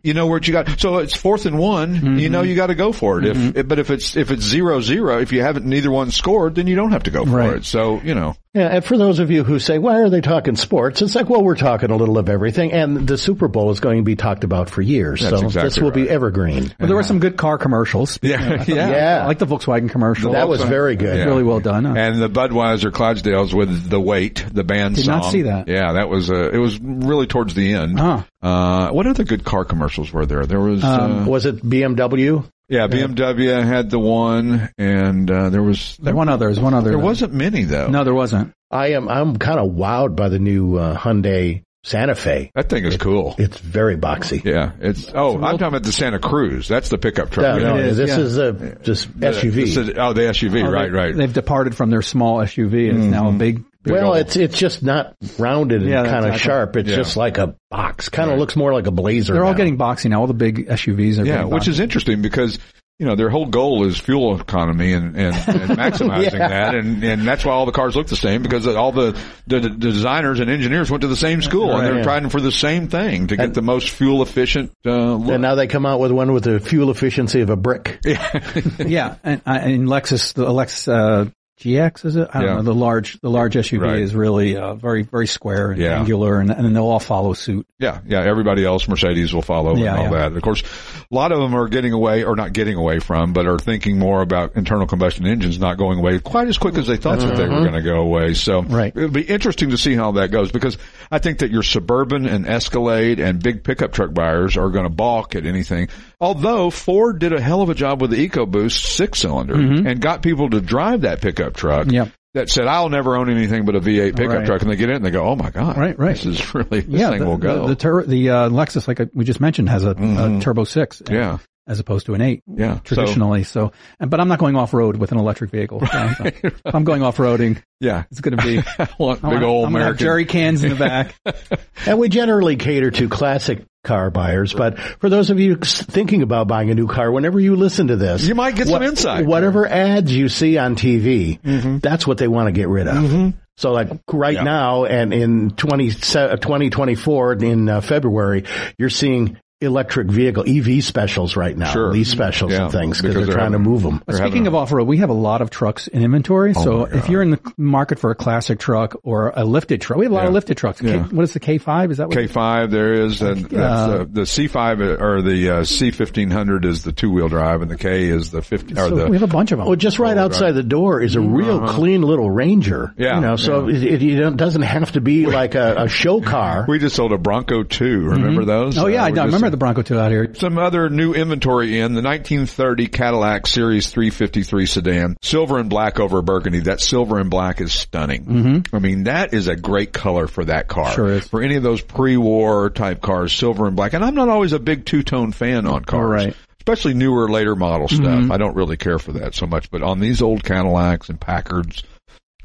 you know what you got. So it's fourth and one. You
Mm-hmm.
know you got to go for it. If but if it's if it's zero zero, if you haven't neither one scored, then you don't have to go for
Right.
it. So you know.
Yeah, and for those of you who say, why are they talking sports? It's like, well, we're talking a little of everything, and the Super Bowl is going to be talked about for years.
That's
so
exactly
this will be
right.
evergreen.
Well, there were some good car commercials.
Yeah, yeah.
Yeah.
I like the Volkswagen commercial.
That was very good.
Yeah.
really well done. Uh,
And the Budweiser Clydesdales with the weight, the band
Did
song.
not see that.
Yeah, that was uh, it was really towards the end.
Huh. Um,
Uh, what other good car commercials were there? There was uh,
Was it BMW?
yeah, BMW had the one, and uh, there was
there one other. There's one other.
there
that-
wasn't many though.
No, there wasn't.
I am, I'm kind of wowed by the new uh, Hyundai Santa Fe.
that thing is cool.
It's very boxy.
yeah, it's oh, I'm talking about the Santa Cruz. That's the pickup truck.
No,
you know?
no,
is,
Uh, this
yeah.
is a just
This
SUV.
is- oh, the SUV.
Oh,
right,
they-
right. Mm-hmm.
They've departed from their small SUV. It's now a big. big
well,
old-
it's it's just not rounded and
Yeah, that's
kind of
not-
sharp. It's
yeah.
just like a box. Kind of looks more like a blazer.
they're all
now.
getting boxy now. All the big SUVs
Yeah,
are. getting
which
boxy.
is interesting because you know their whole goal is fuel economy and and, and maximizing that, and and that's why all the cars look the same because all the the, the designers and engineers went to the same school and they're
Right.
trying for the same thing to get the most fuel efficient uh, look.
And now they come out with one with the fuel efficiency of a brick.
yeah, and, I- and Lexus, the Lexus uh, GX is it? I don't
Yeah.
know. The large, the large SUV
Right.
is really uh, very, very square and
Yeah.
angular, and, and they'll all follow suit.
Yeah, yeah. Everybody else, Mercedes will follow
Yeah,
and all
yeah.
that. Of course, a lot of them are getting away, or not getting away from, but are thinking more about internal combustion engines not going away quite as quick as they thought that they were going to go away. So
Right.
it'll be interesting to see how that goes because I think that your Suburban and Escalade and big pickup truck buyers are going to balk at anything. Although Ford did a hell of a job with the EcoBoost six cylinder
Mm-hmm.
and got people to drive that pickup truck.
Yep.
That said, I'll never own anything but a V8 pickup
Right.
truck, and they get in and they go, "Oh my god,
Right, right.
This is really this
yeah,
thing
the,
will go." Mm-hmm.
the the, tur- the uh, Lexus, like I, we just mentioned, has a, a turbo six.
Yeah.
as opposed to an eight.
Yeah.
traditionally. So, and but I'm not going off road with an electric vehicle. So, if I'm going off roading.
Yeah.
It's going to be
I want
I
big
wanna-
old
I'm gonna
American.
have jerry cans in the back.
And we generally cater to classic car buyers, but for those of you s- thinking about buying a new car, whenever you listen to this,
You might Mm-hmm. get some insight.
Whatever ads you see on TV, that's what they want to get rid of.
Mm-hmm.
So like right now and in 20, se- uh, 2024 in uh, February, you're seeing electric vehicle EV specials right now,
Sure.
lease specials
Yeah,
and things
because
because they're,
they're
trying to
having-
move them.
They're having
Speaking
a-
of off road, we have a lot of trucks in inventory.
Oh
so if you're in the market for a classic truck or a lifted truck, we have a lot of
Yeah.
lifted trucks. K-
Yeah.
what is the K5? Is that what?
K5 there is, and that's
Uh,
the, the C5 or the uh, C1500 is the two wheel drive, and the K is the 50 or
so
the Oh,
we have a bunch of them.
Well, Oh, just right outside the door is a real clean little Ranger.
Mm-hmm. Uh-huh. Yeah,
you know, so It, it, it doesn't have to be like a, a show car.
We just sold a Bronco 2. Remember those?
oh yeah,
Uh,
I,
we
do- I
just-
remember the Bronco 2 out here.
Some other new inventory in the 1930 Cadillac Series 353 sedan, silver and black over burgundy. That silver and black is stunning. Mm-hmm. I mean, that is a great color for that car.
Sure is.
For any of those pre-war type cars, silver and black. And I'm not always a big two-tone fan on cars.
Right. Mm-hmm.
Especially newer, later model stuff. I don't really care for that so much, but on these old Cadillacs and Packards,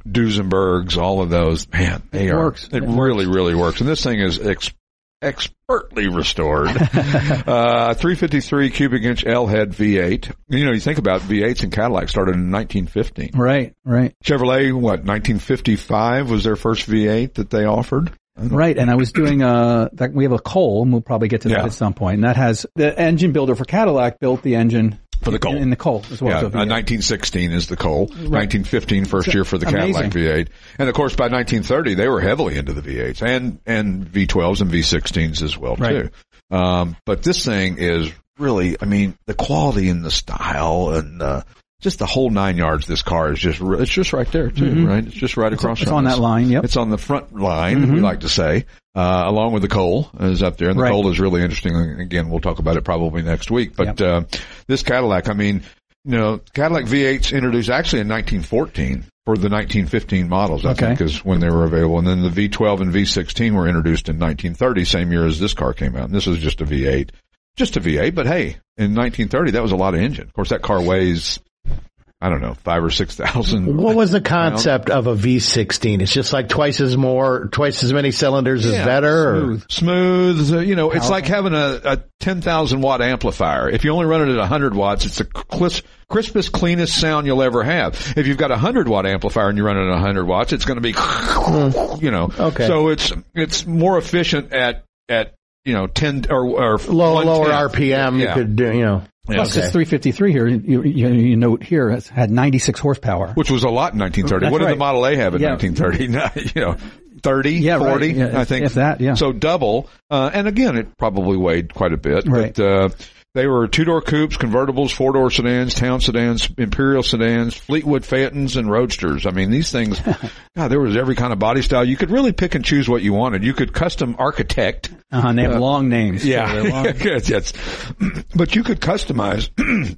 Duesenbergs, all of those, man, they
It
are,
works.
It, really, really works. And this thing is ex- expertly restored. uh, 353 cubic inch L head V8. You know, you think about V8s and Cadillac started in 1915.
Right, right,
Chevrolet, what, 1955 was their first V8 that they offered?
right. And I was doing uh, that we have a coal, and we'll probably get to that
Yeah.
at some point. And that has the engine builder for Cadillac built the engine
For the Colt.
in, in the coal as well.
Yeah,
So
uh,
if you-
1916 is the coal. 1915 first year for the Cadillac
amazing.
V8, and of course by 1930 they were heavily into the V8s and and V12s and V16s as well
Right.
too. Um, but this thing is really, I mean, the quality and the style and uh, just the whole nine yards. This car is just re- it's just right there too, right? It's just right across.
Mm-hmm. it's
from
on
us.
that line, yep. Mm-hmm.
It's on the front line, we like to say, uh, along with the coal is up there. And the
Right.
coal is really interesting. And Again, we'll talk about it probably next week. But uh, this Cadillac, I mean, you know, Cadillac V8s introduced actually in 1914 for the 1915 models, I
Okay.
think, is when they were available. And then the V12 and V16 were introduced in 1930, same year as this car came out. And this is just a V8. Just a V8, but hey, in 1930, that was a lot of engine. Of course, that car weighs, I don't know, five or 6,000.
What was the concept of a V16? It's just like twice as more, twice as many cylinders is better. or-
smooth. uh, You know, it's like having a, a 10,000 watt amplifier. If you only run it at 100 watts, it's the clis- crispest, cleanest sound you'll ever have. If you've got a 100 watt amplifier and you run it at 100 watts, it's going to be, you know.
Mm. Okay.
So it's, it's more efficient at, at, you know, 10 or, or
Low, lower
one-tenth.
RPM, you
Yeah.
could do, you know.
Plus,
Okay.
this 353 here, you, you, you note here, it's had 96 horsepower.
Which was a lot in 1930.
That's
what did
right.
the Model A have in
Yeah.
1930? you know, 30,
Yeah, right.
40,
Yeah, if-
I think.
if that, yeah.
So double. Uh, and again, it probably weighed quite a bit.
Right.
But, uh, they were two-door coupes, convertibles, four-door sedans, town sedans, imperial sedans, Fleetwood Phaetons, and roadsters. I mean, these things, God, there was every kind of body style. You could really pick and choose what you wanted. You could custom architect
Uh-huh, and they have long names. so
uh, yeah,
they're long.
yes, yes. But you could customize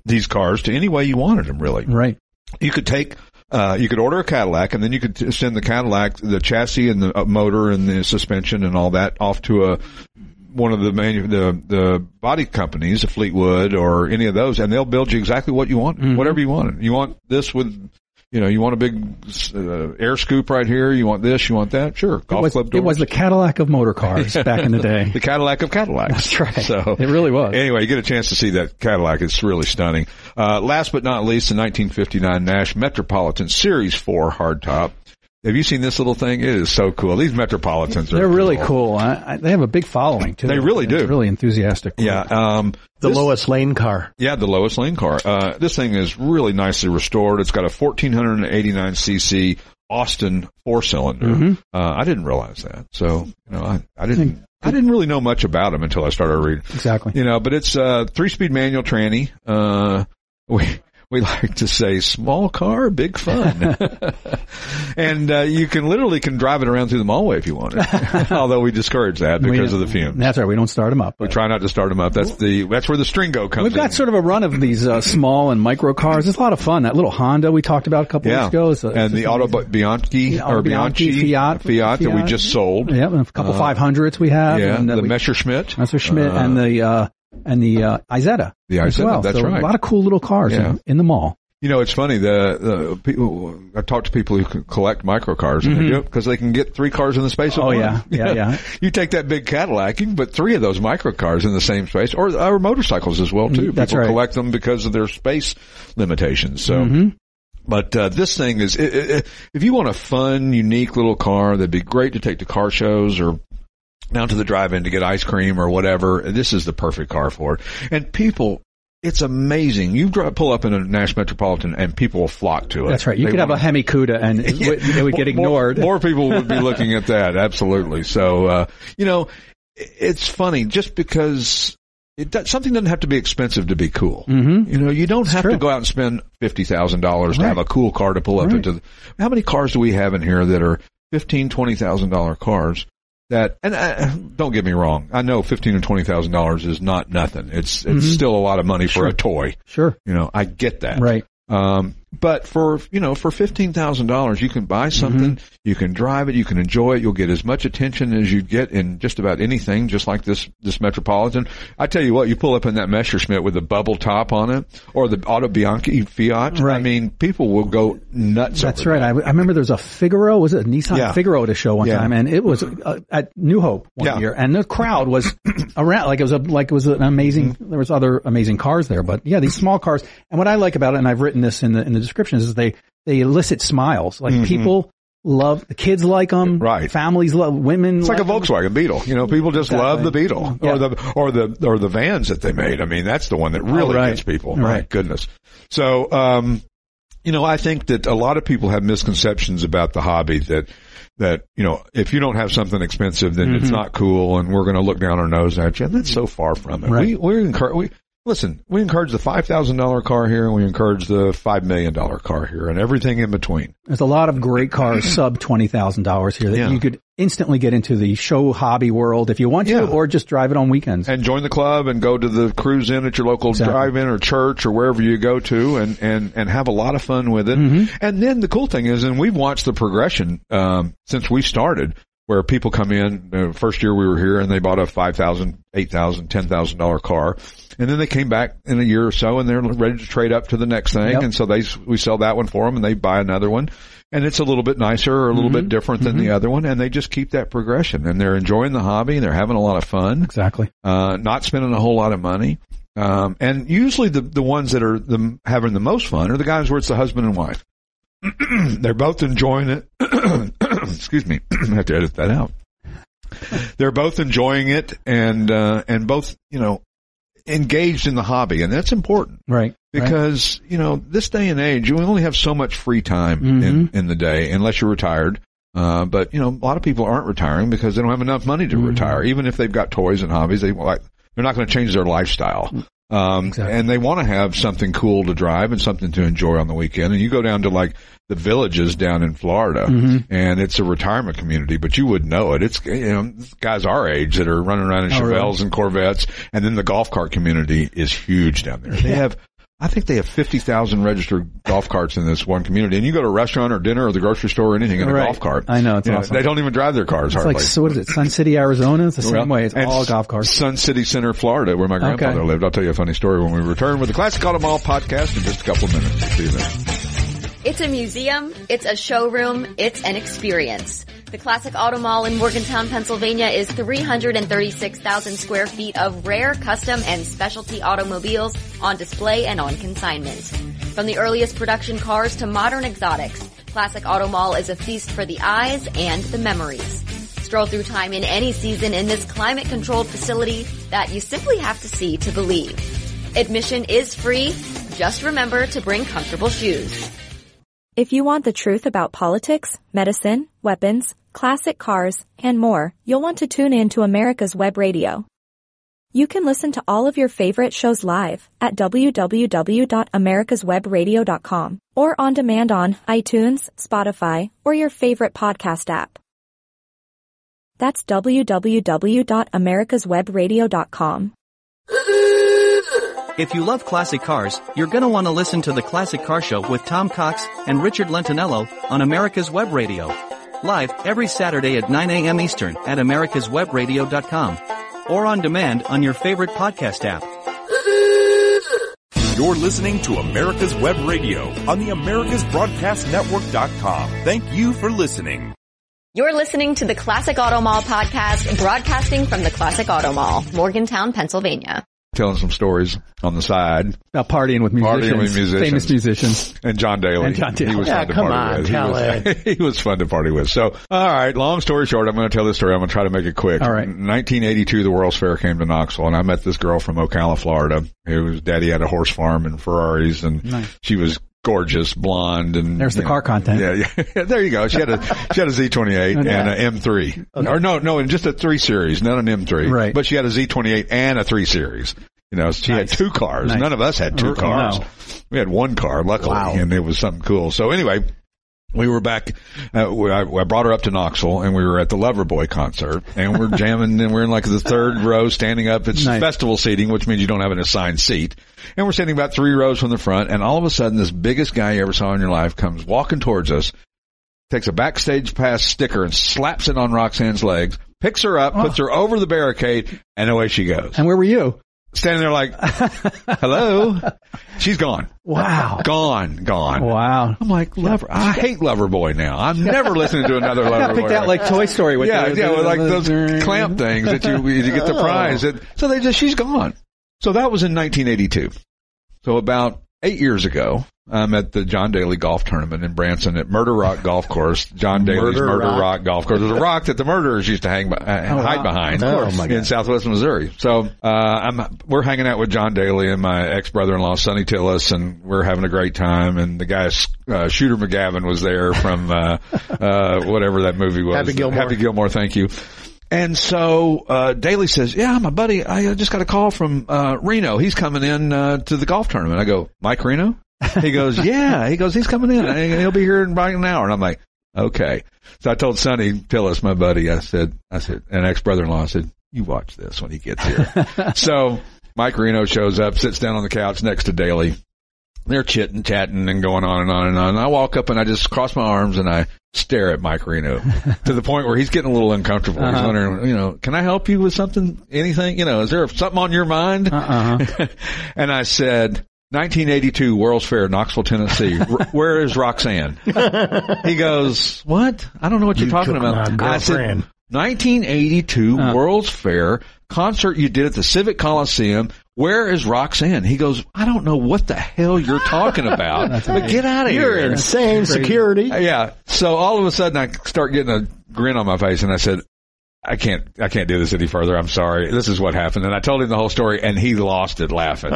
these cars to any way you wanted them. Really,
right.
you could take. Uh, you could order a Cadillac and then you could t- send the Cadillac, the chassis and the uh, motor and the suspension and all that off to a, one of the manu- the, the body companies, Fleetwood or any of those, and they'll build you exactly what you want,
Mm-hmm.
whatever you want. You want this with, you know, you want a big, uh, air scoop right here. You want this, you want that. Sure. Golf
It was,
club
it was
doors.
the Cadillac of motor cars back in the day.
The Cadillac of Cadillacs.
That's right.
So
It really was.
Anyway, you get a chance to see that Cadillac. It's really stunning. Uh, last but not least, the 1959 Nash Metropolitan Series 4 hardtop. Have you seen this little thing? It is so cool. These Metropolitans are
They're really cool. I, I, they have a big following too.
They really
It's
do.
Really enthusiastic.
Yeah. Um,
The lowest lane car.
yeah, the lowest lane car. Uh, this thing is really nicely restored. It's got a 1489 cc Austin four cylinder.
Mm-hmm.
Uh, I didn't realize that. So, you know, I, I didn't, I didn't really know much about them until I started reading.
Exactly.
You know, but it's a three-speed manual tranny. Uh, we we like to say small car, big fun, and uh, you can literally can drive it around through the mallway if you want. Although we discourage that
We- uh,
because of the fumes.
That's right. We don't start them up.
we try not to start them up. That's the that's where the stringo comes.
We've got
in.
sort of a run of these uh, small and micro cars. It's a lot of fun. That little Honda we talked about a couple
yeah,
weeks ago. is a-
and the Auto Bianchi
The
or
Auto Bianchi,
Bianchi
Fiat-
that we
Fiat.
just sold.
Yep, and a couple
Uh,
five hundreds we have.
yeah,
and, uh,
the
we-
Messerschmitt.
Messerschmitt and the uh, and the uh, Izetta.
The
as
Isetta,
well.
that's
so
right.
A lot of cool little cars
Yeah.
in, in the mall.
You know, it's funny. The, the people I talk to people who c- collect micro cars and they do because they can get three cars in the space. at
Mm-hmm. Oh,
once.
yeah. Yeah, yeah.
You take that big Cadillac, you can put three of those micro cars in the same space, or or motorcycles as well too.
Mm, That's
people
right.
collect them because of their space limitations. So.
Mm-hmm.
But uh, this thing is, i i i- if you want a fun, unique little car, that'd be great to take to car shows or down to the drive-in to get ice cream or whatever. This is the perfect car for it. And people, it's amazing. You drive, pull up in a Nash Metropolitan and people will flock to it.
That's right. You
They
could have a
want-
Hemi Cuda and it would, it would get
More-
ignored.
More, people would be looking at that. Absolutely. So, uh, you know, it's funny just because it does, something doesn't have to be expensive to be cool. Mm-hmm. You know, you don't have to
true.
go out and spend fifty thousand dollars to have a cool car to pull up into. The, how many cars do we have in here that are fifteen, twenty thousand dollar cars? That and uh, don't get me wrong, I know fifteen and twenty thousand dollars is not nothing. It's it's still a lot of money for a toy.
Mm-hmm. Sure.
You know, I get that.
Right.
Um, but for, you know, for $15,000, you can buy something,
Mm-hmm.
you can drive it, you can enjoy it, you'll get as much attention as you'd get in just about anything, just like this, this Metropolitan. I tell you what, you pull up in that Messerschmitt with the bubble top on it, or the Auto Bianchi Fiat. I
Right.
mean, people will go nuts.
That's
over
right.
that.
I, I remember there was a Figaro, was it a Nissan
Yeah.
Figaro to show one
Yeah.
time, and it was uh, at New Hope one
Yeah.
year, and the crowd was around like it was a, like it was an amazing.
Mm-hmm.
There was other amazing cars there, but yeah, these small cars. And what I like about it, and I've written this in the in the description, is they they elicit smiles. Like people love the kids like them,
Mm-hmm. Right.
Families love women.
It's like a Volkswagen Beetle. You know, people just love the
Exactly.
Beetle
Yeah.
or the or the or the vans that they made. I mean, that's the one that really
right.
gets people. My
Right.
goodness. So, um, you know, I think that a lot of people have misconceptions about the hobby that that you know, if you don't have something expensive, then
Mm-hmm.
it's not cool, and we're going to look down our nose at you. And that's so far from it. We
Right.
we encourage we. Listen, we encourage the five thousand dollar car here, and we encourage the five million dollar car here, and everything in between.
There's a lot of great cars sub twenty thousand dollars here that
Yeah.
you could instantly get into the show hobby world if you want
Yeah.
to, or just drive it on weekends.
and join the club and go to the cruise in at your local
Exactly.
drive-in or church or wherever you go to and and and have a lot of fun with it.
Mm-hmm.
And then the cool thing is, and we've watched the progression um, since we started. Where people come in, the first year we were here and they bought a five thousand, eight thousand, ten thousand dollar car, and then they came back in a year or so and they're ready to trade up to the next thing,
Yep.
and so they s- we sell that one for them and they buy another one, and it's a little bit nicer or a little
Mm-hmm.
bit different than the other one, and they just keep that progression and they're enjoying the hobby and they're having a lot of fun
Exactly.
uh, not spending a whole lot of money. Um, and usually the, the ones that are the, having the most fun are the guys where it's the husband and wife. They're both enjoying it. Excuse me. I have to edit that out. They're both enjoying it and, uh, and both, you know, engaged in the hobby. And that's important
Right. Right.
because you know this day and age we only have so much free time in, in the day unless you're retired uh, but you know a lot of people aren't retiring because they don't have enough money to retire even if they've got toys and hobbies they like they're not going to change their lifestyle um,
Exactly.
and they want to have something cool to drive and something to enjoy on the weekend and you go down to like the villages down in Florida
Mm-hmm.
and it's a retirement community but you wouldn't know it it's you know guys our age that are running around in
Oh, really?
Chevelles and Corvettes and then the golf cart community is huge down there they have I think they have 50,000 registered golf carts in this one community. And you go to a restaurant or dinner or the grocery store or anything in a
Right.
golf cart.
I know, it's
You
awesome.
They don't even drive their cars
It's
hardly.
like, so what is it? Sun City, Arizona? It's the same
Well,
way. It's
and
all
S-
golf cars.
Sun City Center, Florida, where my grandfather
Okay.
lived. I'll tell you a funny story when we return with the Classic Auto Mall podcast in just a couple of minutes. See you then.
It's a museum, it's a showroom, it's an experience. The Classic Auto Mall in Morgantown, Pennsylvania is 336,000 square feet of rare, custom, and specialty automobiles on display and on consignment. From the earliest production cars to modern exotics, Classic Auto Mall is a feast for the eyes and the memories. Stroll through time in any season in this climate controlled facility that you simply have to see to believe. Admission is free. Just remember to bring comfortable shoes.
If you want the truth about politics, medicine, weapons, classic cars, and more, you'll want to tune in to America's Web Radio. You can listen to all of your favorite shows live at www.americaswebradio.com or on demand on iTunes, Spotify, or your favorite podcast app. That's www.americaswebradio.com.
If you love classic cars, you're going to want to listen to the Classic Car Show with Tom Cox and Richard Lentinello on America's Web Radio. Live every Saturday at 9 a.m. Eastern at americaswebradio.com or on demand on your favorite podcast app.
You're listening to America's Web Radio on the AmericasBroadcastNetwork.com. Thank you for listening.
You're listening to the Classic Auto Mall podcast, broadcasting from the Classic Auto Mall, Morgantown, Pennsylvania.
telling some stories on the side.
Now partying with musicians,
Partying with musicians.
famous musicians.
And John Daly.
And John Daly.
He was
Yeah,
fun to
come
party
on,
with. He was-
Kelly.
He was, fun to party with. So, all right, long story short, I'm going to tell this story. I'm going to try to make it quick.
All right.
1982, the World's Fair came to Knoxville, and I met this girl from Ocala, Florida, whose daddy had a horse farm and Ferraris, and she was gorgeous, blonde, and
There's the
you
car content.
Yeah, yeah. there you go. She had a she had a Z28 and a M3, or no, no, and just a three series, not an M3.
Right.
But she had a Z28 and a three series. You know, she had two cars.
Nice.
None of us had two
R-
cars.
no.
We had one car, luckily, and it was something cool. So anyway, we were back. Uh, we- I, I brought her up to Knoxville, and we were at the Loverboy concert, and we're jamming, and we're in like the third row, standing up. It's
Nice.
festival seating, which means you don't have an assigned seat, and we're standing about three rows from the front. And all of a sudden, this biggest guy you ever saw in your life comes walking towards us, takes a backstage pass sticker and slaps it on Roxanne's legs, picks her up, puts her over the barricade, and away she goes.
And where were you?
Standing there like, "Hello," she's gone,
Wow.
gone, gone.
Wow.
I'm like lover. I hate Lover Boy now. I'm never listening to another Lover
I
Boy.
picked out like Toy Story with Oh.
yeah,
the-
yeah,
the-
with, like those
the-
clamp things that you you get the prize. It- so they just she's gone. So that was in 1982. So about eight years ago, I'm at the John Daly Golf Tournament in Branson at Murder Rock Golf Course. John Daly's
Murder
Murder,
Rock.
Rock. Golf Course. There's a rock that the murderers used to hang be- uh, hide
wow.
behind
Of course. Oh, my God.
in Southwest Missouri. So uh, I'm we're hanging out with John Daly and my ex brother in law Sonny Tillis, and we're having a great time. And the guy uh, Shooter McGavin was there from uh, uh, whatever that movie was.
Happy Gilmore.
Happy Gilmore. Thank you. And so uh, Daly says, "Yeah, my buddy. I uh, just got a call from uh, Reno. He's coming in uh, to the golf tournament." I go, "Mike Reno?" He goes, "Yeah." He goes, "He's coming in. and He'll be here in about an hour." And I'm like, "Okay." So I told Sonny Tillis, my buddy, I said, "I said, an ex brother in law, I said, you watch this when he gets here." so Mike Reno shows up, sits down on the couch next to Daly. They're chitting, chatting, and going on and on and on. And I walk up and I just cross my arms and I stare at Mike Reno to the point where he's getting a little uncomfortable.
Uh-huh.
He's wondering, you know, can I help you with something? Anything? You know, is there something on your mind?
Uh-uh.
and I said, 1982 World's Fair, Knoxville, Tennessee. R- Where is Roxanne? he goes, what? I don't know what you're
You
talking
took
about.
my
I said,
girlfriend.
1982 World's Fair concert you did at the Civic Coliseum. Where is Roxanne? He goes, I don't know what the hell you're talking about, but get out of
You're
here.
insane. Security.
Uh, Yeah. So all of a sudden I start getting a grin on my face and I said, I can't, I can't do this any further. I'm sorry. This is what happened. And I told him the whole story and he lost it laughing.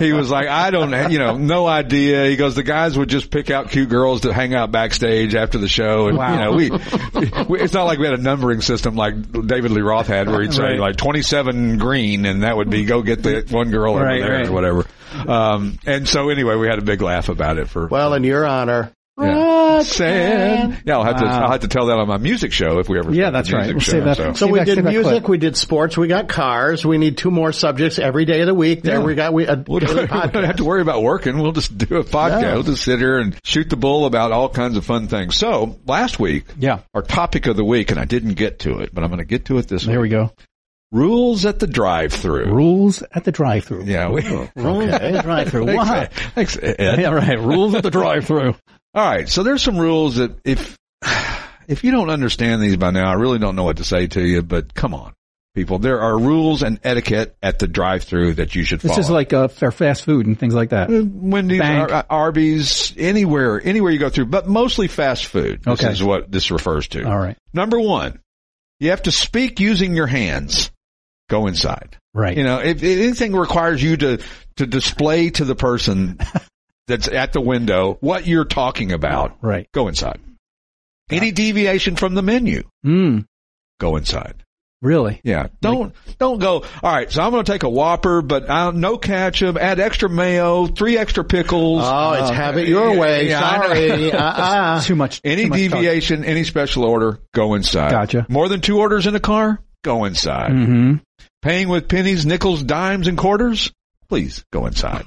he was like, I don't, you know, no idea. He goes, the guys would just pick out cute girls to hang out backstage after the show. And, you know, we, we, it's not like we had a numbering system like David Lee Roth had where he'd say
Right.
like 27 green and that would be go get the one girl over
Right,
there
right.
or whatever. Um, and so anyway, we had a big laugh about it for,
Well, in your honor,
yeah. Sad. Yeah, I'll have to
Wow.
I'll have to tell that on my music show if we ever.
Yeah,
start
that's
the
right.
music
We'll
show,
save that.
so.
Save
So we
that-
did
save that
music,
clip.
we did sports, we got cars. We need two more subjects every day of the week. There we got we a
We
daily
don't
podcast.
have to worry about working. We'll just do a podcast.
Yeah.
We'll just sit here and shoot the bull about all kinds of fun things. So last week,
Yeah.
our topic of the week, and I didn't get to it, but I'm going to get to it this
There
week.
we go.
Rules at the drive-through.
Rules at the drive-through.
yeah, we.
Okay.
Drive-through.
Thanks,
Wow.
Ed. Thanks, Ed.
Yeah, right. Rules at the drive-through.
All right. So there's some rules that if if you don't understand these by now, I really don't know what to say to you. But come on, people, there are rules and etiquette at the drive-through that you should follow.
This is like uh, for fast food and things like that.
Uh, Wendy's,
Bank.
Ar- Arby's, anywhere, anywhere you go through, but mostly fast food. This
Okay.
is what this refers to.
All right.
Number one, you have to speak using your hands. Go inside.
Right.
You know, if, if anything requires you to, to display to the person that's at the window what you're talking about,
Right.
go inside. Any deviation from the menu,
Mm,
go inside.
really?
Yeah. Don't don't go. All right. So I'm going to take a Whopper, but I, no ketchup. Add extra mayo, three extra pickles.
Oh, it's have it your way.
Uh, Yeah, I know. Oh,
Sorry. Uh-uh.
Too much.
Any
too much talk.
deviation, any special order, go inside.
Gotcha.
More than two orders in a car, go inside.
Mhm.
Paying with pennies, nickels, dimes, and quarters, please go inside.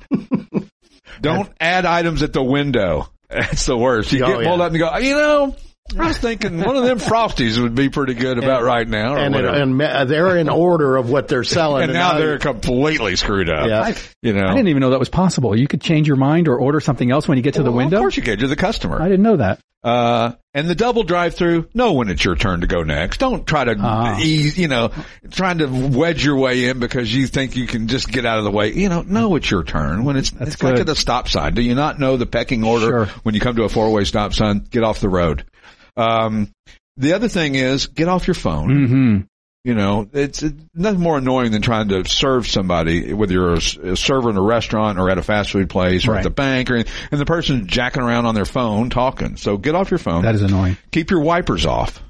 Don't add items at the window. That's the worst. You
Oh,
get pulled
yeah.
up and go, you know, I was thinking one of them Frosties would be pretty good about right now. Or
and it,
whatever.
and ma- they're in order of what they're selling. Uh,
and now they're completely screwed up.
Yeah.
I,
You know,
I didn't even know that was possible. You could change your mind or order something else when you get to the
Well,
window.
Of course you can. You're the customer.
I didn't know that.
Uh, and the double drive through, know when it's your turn to go next. Don't try to
Ah.
ease, you know, trying to wedge your way in because you think you can just get out of the way. You know, know it's your turn when it's, it's like
good.
at a stop sign. Do you not know the pecking order
Sure.
when you come to a four way stop sign? Get off the road. Um, the other thing is get off your phone.
Mm-hmm.
You know, it's it's nothing more annoying than trying to serve somebody, whether you're a, s- a server in a restaurant or at a fast food place or at
Right.
the bank or, and the person's jacking around on their phone talking. So get off your phone.
That is annoying.
Keep your wipers off.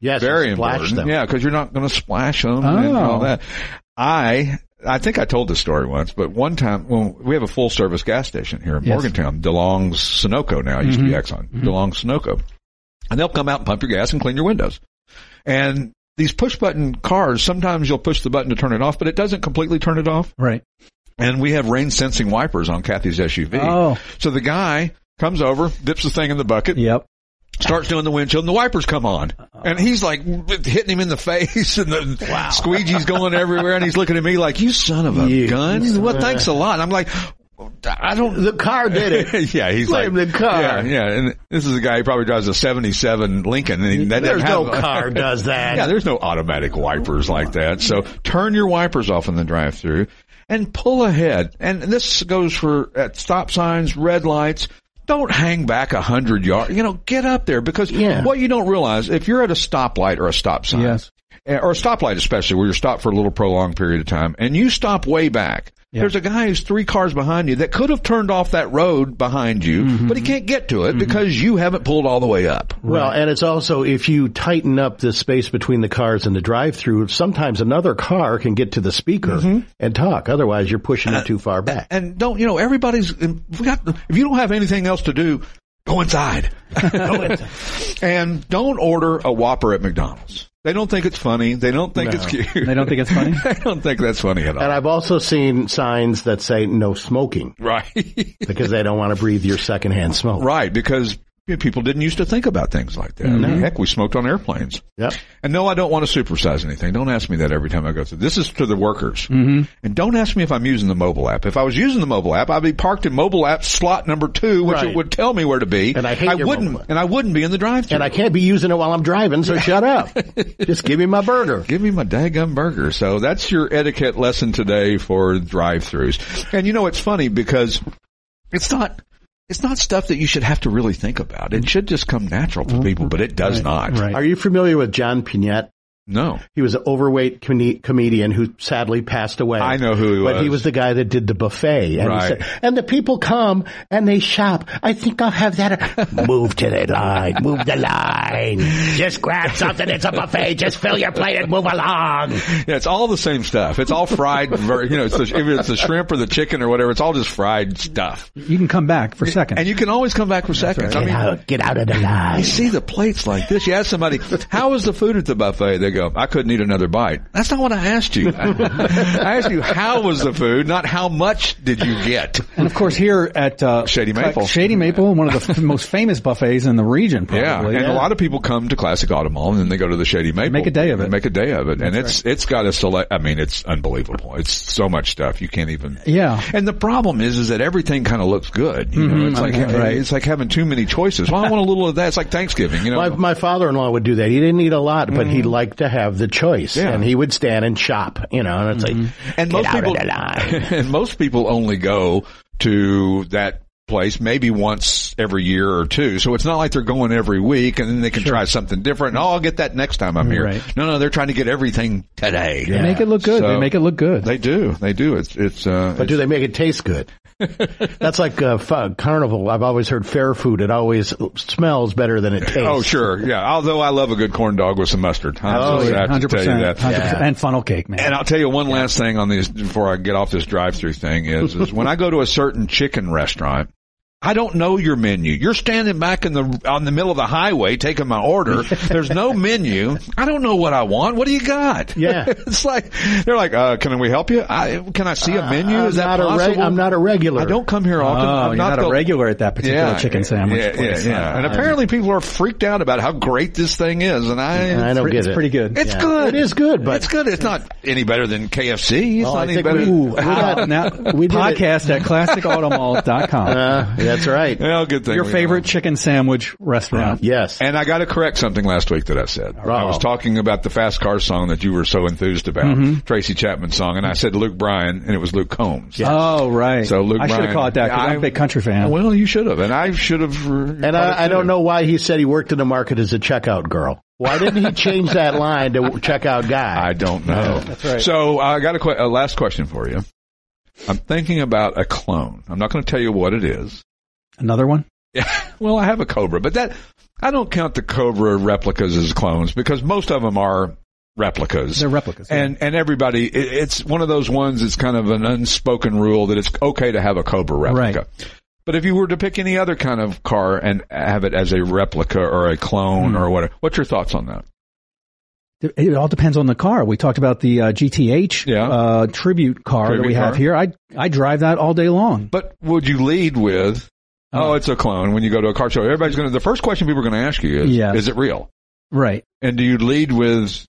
yes,
Very
splash
important.
Them.
Yeah, because you're not going to splash them and
Oh.
all that. I I think I told this story once, but one time when we have a full service gas station here in
Yes. Mm-hmm.
Morgantown, DeLong's Sunoco now it used to be Exxon, DeLong's Sunoco, and they'll come out and pump your gas and clean your windows. And these push button cars, sometimes you'll push the button to turn it off, but it doesn't completely turn it off.
Right.
And we have rain sensing wipers on Kathy's SUV.
Oh.
So the guy comes over, dips the thing in the bucket,
Yep.
starts doing the windshield and the wipers come on and he's like hitting him in the face and the squeegee's going everywhere and he's looking at me like you son of a
You-
gun what thanks a lot i'm like i don't
The car did it.
yeah he's
Blame
like
the car.
yeah yeah and this is a guy who probably drives a 77 lincoln and he- that
There's
doesn't have
no car does that.
yeah there's no automatic wipers like that so turn your wipers off in the drive through and pull ahead and this goes for at stop signs red lights don't hang back a hundred yards. You know, get up there because
Yeah.
what you don't realize if you're at a stoplight or a stop sign,
Yes.
eh, or a stoplight especially where you're stopped for a little prolonged period of time and you stop way back. There's a guy who's three cars behind you that could have turned off that road behind you, but he can't get to it because you haven't pulled all the way up.
Well, and it's also if you tighten up the space between the cars and the drive-through, sometimes another car can get to the speaker and talk. Otherwise, you're pushing it too far back.
And don't, you know, everybody's, um, we got, if you don't have anything else to do, go inside. Go inside. and don't order a Whopper at McDonald's. They don't think it's funny. They don't think it's cute.
They don't think it's funny?
I don't think that's funny at all.
And I've also seen signs that say no smoking
right.
because they don't want to breathe your secondhand smoke.
right. Because you know, people didn't used to think about things like that. I mean, heck, we smoked on airplanes.
Yep.
And no, I don't want to supersize anything. Don't ask me that every time I go through. This is to the workers. Mm-hmm. And don't ask me if I'm using the mobile app. If I was using the mobile app, I'd be parked in mobile app slot number two, which
Right.
it would tell me where to be.
And I hate your
wouldn't,
mobile app.
and I wouldn't be in the drive-thru.
And I can't be using it while I'm driving, so shut up. Just give me my burger.
Give me my daggum burger. So that's your etiquette lesson today for drive-throughs. And you know, it's funny because it's not, it's not stuff that you should have to really think about. It should just come natural
Mm-hmm.
to people, but it does not.
Right.
Are you familiar with John Pinette?
No.
He was an overweight com- comedian who sadly passed away.
I know who he
But he
was.
was the guy that did the buffet. And, he
Right.
said- and the people come and they shop. I think I'll have that. move to the line. Move the line. Just grab something. It's a buffet. Just fill your plate and move along.
Yeah, it's all the same stuff. It's all fried, ver- you know, it's the, if it's the shrimp or the chicken or whatever, it's all just fried stuff.
You can come back for seconds.
And you can always come back for seconds. I
Get
mean,
out, get out of the line.
you see the plates like this. You ask somebody, how was the food at the buffet? They go, I couldn't eat another bite. That's not what I asked you. I asked you, how was the food, not how much did you get?
And of course, here at uh,
Shady Maple.
Shady Maple, one of the f- most famous buffets in the region,
Yeah,
probably.
and a lot of people come to Classic Auto Mall and then they go to the Shady Maple.
Make a day of it.
And Make a day of it, and it's it's got a select. I mean, it's unbelievable. It's so much stuff you can't even.
Yeah.
And the problem is, is that everything kind of looks good. You
Mm-hmm.
know, it's like
right.
it's like having too many choices. Well, I want a little of that. It's like Thanksgiving. You know,
My, my father-in-law would do that. He didn't eat a lot, but he liked to have the choice,
Mm-hmm. Yeah. Mm-hmm.
and he would stand and shop. You know, and it's like,
and most
out of
people
the line.
and most people only go to that place maybe once every year or two. So it's not like they're going every week and then they can try something different. Oh, I'll get that next time I'm here.
Right.
No, no, they're trying to get everything today.
They make it look good.
So-
they make it look good.
They do. They do. It's it's. Uh,
But do they make it taste good? That's like uh, f- carnival. I've always heard fair food. It always smells better than it tastes.
oh sure, yeah. Although I love a good corn dog with some mustard.
Oh,
I just have to tell you that.
100%. And funnel cake, man.
And I'll tell you one last thing on these before I get off this drive-through thing is, is when I go to a certain chicken restaurant, I don't know your menu. You're standing back in the on the middle of the highway taking my order. There's no menu. I don't know what I want. What do you got?
Yeah.
it's like they're like, uh, "Can we help you? I, can I see a menu?
Uh, I'm
Is that
not a reg-
possible?
I'm not a regular.
I don't come here
Oh,
often. I'm
you're not,
the-
a regular at that particular chicken sandwich
yeah,
place.
Yeah, yeah. And apparently people are freaked out about how great this thing is, and I,
And I don't
It's
get it.
pretty good.
it's
Yeah.
good.
It is good, but
it's good. It's not any better than KFC. It's
Oh, I
not any
think
better.
we-
Ooh, wow. now,
we did it.
podcast at classicautomall.com.
Uh, that's right.
well, good thing
Your
we
favorite chicken sandwich restaurant.
Yes.
And I got to correct something last week that I said. I was talking about the Fast Car song that you were so enthused about,
Mm-hmm.
Tracy Chapman song, and I said Luke Bryan, and it was Luke Combs.
Oh, right.
So Luke
I should have
Bryan-
called it that because
I-
I'm a big country fan.
Well, you should have, and I uh, should have.
and I, I don't know why he said he worked in the market as a checkout girl. Why didn't he change that line to checkout guy?
I don't know. That's right. So I got a, que- a last question for you. I'm thinking about a clone. I'm not going to tell you what it is.
Another one?
Well, I have a Cobra, but that I don't count the Cobra replicas as clones because most of them are replicas.
They're replicas, yeah.
and and everybody, it, it's one of those ones. It's kind of an unspoken rule that it's okay to have a Cobra replica. But if you were to pick any other kind of car and have it as a replica or a
Hmm.
clone or what, what's your thoughts on that?
It- It all depends on the car. We talked about the uh, GTH
Yeah.
uh, tribute car that we
Tribute
have
car.
here. I I drive that all day long.
But would you lead with, oh, it's a clone when you go to a car show? Everybody's going to, the first question people are going to ask you is,
Yeah.
is it real?
Right.
And do you lead with,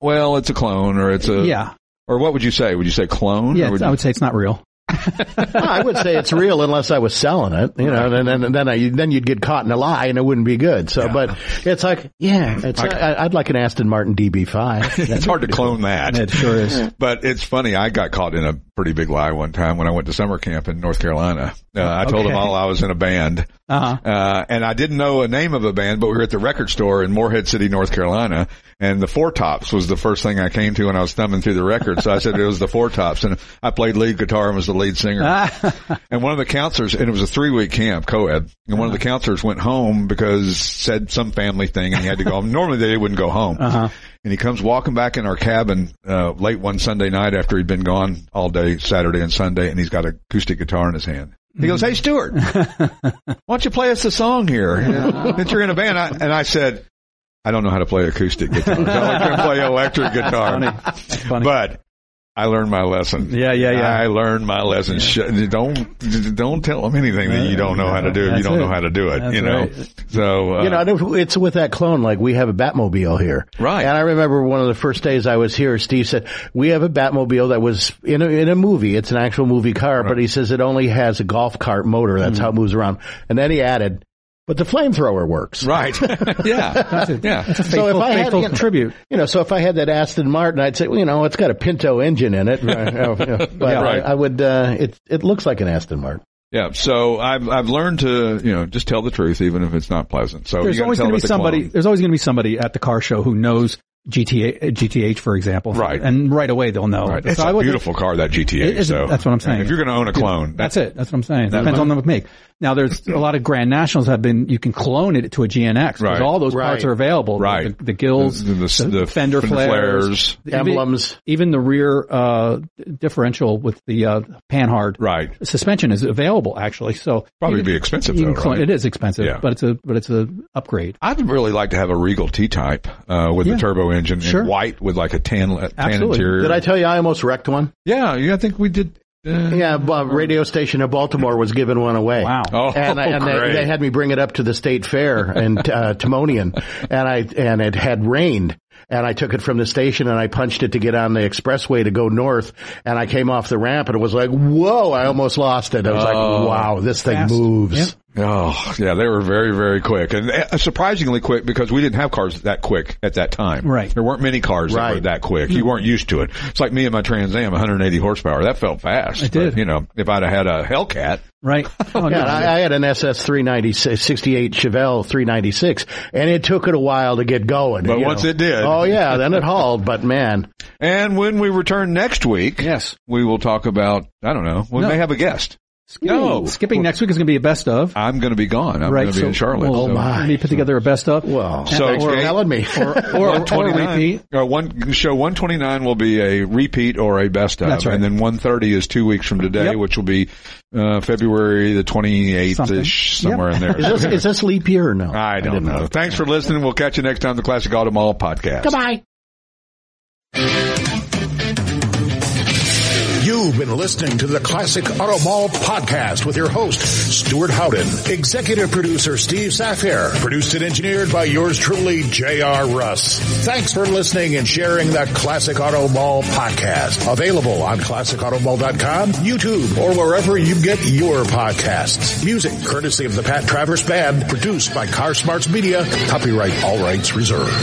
well, it's a clone or it's a,
yeah.
or what would you say? Would you say clone?
Yeah.
or
it's-
would
I
Uh, you-
would say it's not real.
No, I would say it's real unless I was selling it, you know, and then and then I, then you'd get caught in a lie and it wouldn't be good. So, but it's like, yeah, it's I, I'd like an Aston Martin DB5.
it's hard to clone that.
It sure is.
But it's funny. I got caught in a pretty big lie one time when I went to summer camp in North Carolina. Uh, I told them
Okay.
all I was in a band,
Uh-huh.
uh, and I didn't know a name of a band. But we were at the record store in Moorhead City, North Carolina, and the Four Tops was the first thing I came to when I was thumbing through the record. So I said it was the Four Tops, and I played lead guitar and was the lead singer.
Ah.
And one of the counselors, and it was a three week camp, co-ed, and one of the
Ah.
counselors went home because said some family thing and he had to go home. Normally they wouldn't go home.
Uh-huh.
And he comes walking back in our cabin, uh, late one Sunday night after he'd been gone all day Saturday and Sunday and he's got an acoustic guitar in his hand. He goes, Hey Stuart, why don't you play us a song here? that you're in a band. I, and I said, I don't know how to play acoustic guitar. So I can play electric guitar.
funny.
But I learned my lesson.
Yeah, yeah, yeah.
I learned my lesson. Sh- Don't don't tell them anything that you don't know how to do. if You
That's
don't know
it.
how to do it.
That's
you know.
right.
So uh,
You know, and if- it's with that clone. Like we have a Batmobile here,
Right.
And I remember one of the first days I was here. Steve said we have a Batmobile that was in a, in a movie. It's an actual movie car, but he says it only has a golf cart motor. That's how it moves around. And then he added, "But the flamethrower works."
right? yeah, yeah.
So if I
faithful
had you know,
tribute.
you know, so if I had that Aston Martin, I'd say, well, you know, it's got a Pinto engine in it, Right. Oh, yeah. but
Yeah. Right.
I, I would. Uh, it it looks like an Aston Martin.
Yeah. So I've I've learned to you know just tell the truth even if it's not pleasant. So
There's
you gotta
always
tell
going to be
about the
somebody.
clone.
There's always going to be somebody at the car show who knows GTA, GTH, for example.
Right.
And right away they'll know.
Right. It's
So I
a
would-
beautiful car that GTA.
It is-
so
that's what I'm saying.
If you're going to own a clone,
That's it. That's what I'm saying. Depends on the make. Now, there's a lot of Grand Nationals have been. You can clone it to a GNX.
Right.
Because all those parts
Right.
are available.
Right.
The, the gills,
The-
the,
the- the
fender,
fender
flares,
flares.
even-
Emblems.
even the rear uh, differential with the uh, Panhard
Right.
suspension is available. Actually, so
Probably
you
be
can-
expensive
you
though.
can clone-
right?
It is expensive,
Yeah.
but it's a but it's a upgrade.
I'd really like to have a Regal T-Type uh, with a
Yeah.
turbo engine
Sure.
in white with like a tan, tan
Absolutely.
interior.
Did I tell you I almost wrecked one?
yeah, yeah, I think we did. Uh,
Yeah, a radio station in Baltimore was giving one away.
Wow.
Oh,
and, I- and
great.
they, they had me bring it up to the state fair in uh, Timonian, and I and it had rained, and I took it from the station and I punched it to get on the expressway to go north, and I came off the ramp and it was like, whoa! I almost lost it. I was like, wow, this thing
Fast.
moves.
Yeah.
Oh, yeah, they were very, very quick and uh, surprisingly quick because we didn't have cars that quick at that time.
Right.
There weren't many cars that were
Right.
that quick. You weren't used to it. It's like me and my Trans Am, 180 horsepower. That felt fast.
It did.
But, you know, if I'd have had a Hellcat,
Right. Oh, no.
Yeah, I, I had an SS 396, 68 Chevelle 396, and it took it a while to get going.
But
you
once it did.
Oh yeah, then it hauled, but man.
and when we return next week,
Yes.
we will talk about, I don't know, we
No.
may have a guest.
Skipping,
No.
skipping next week is going to be a best of.
I'm going to be gone. I'm
right,
going to be in Charlotte.
We'll,
so-
we need to put together a best of.
Oh, Well,
And-
So-
thanks for
or-
telling me.
or, or, E or,
129
or repeat.
uh, one show 129 will be a repeat or a best of,
That's right.
and then 130 is two weeks from today,
Yep.
which will be uh, February the 28th ish,
Something.
somewhere in there.
is, this, is this leap year or no?
I don't
didn't
know. Thanks for listening. We'll catch you next time on the Classic Auto Mall podcast.
Goodbye.
You've been listening to the Classic Auto Mall podcast with your host, Stuart Howden, executive producer Steve Safir, produced and engineered by yours truly, J.R. Russ. Thanks for listening and sharing the Classic Auto Mall podcast, available on classicautomall.com, YouTube, or wherever you get your podcasts. Music courtesy of the Pat Travers Band, produced by Car Smarts Media, copyright all rights reserved.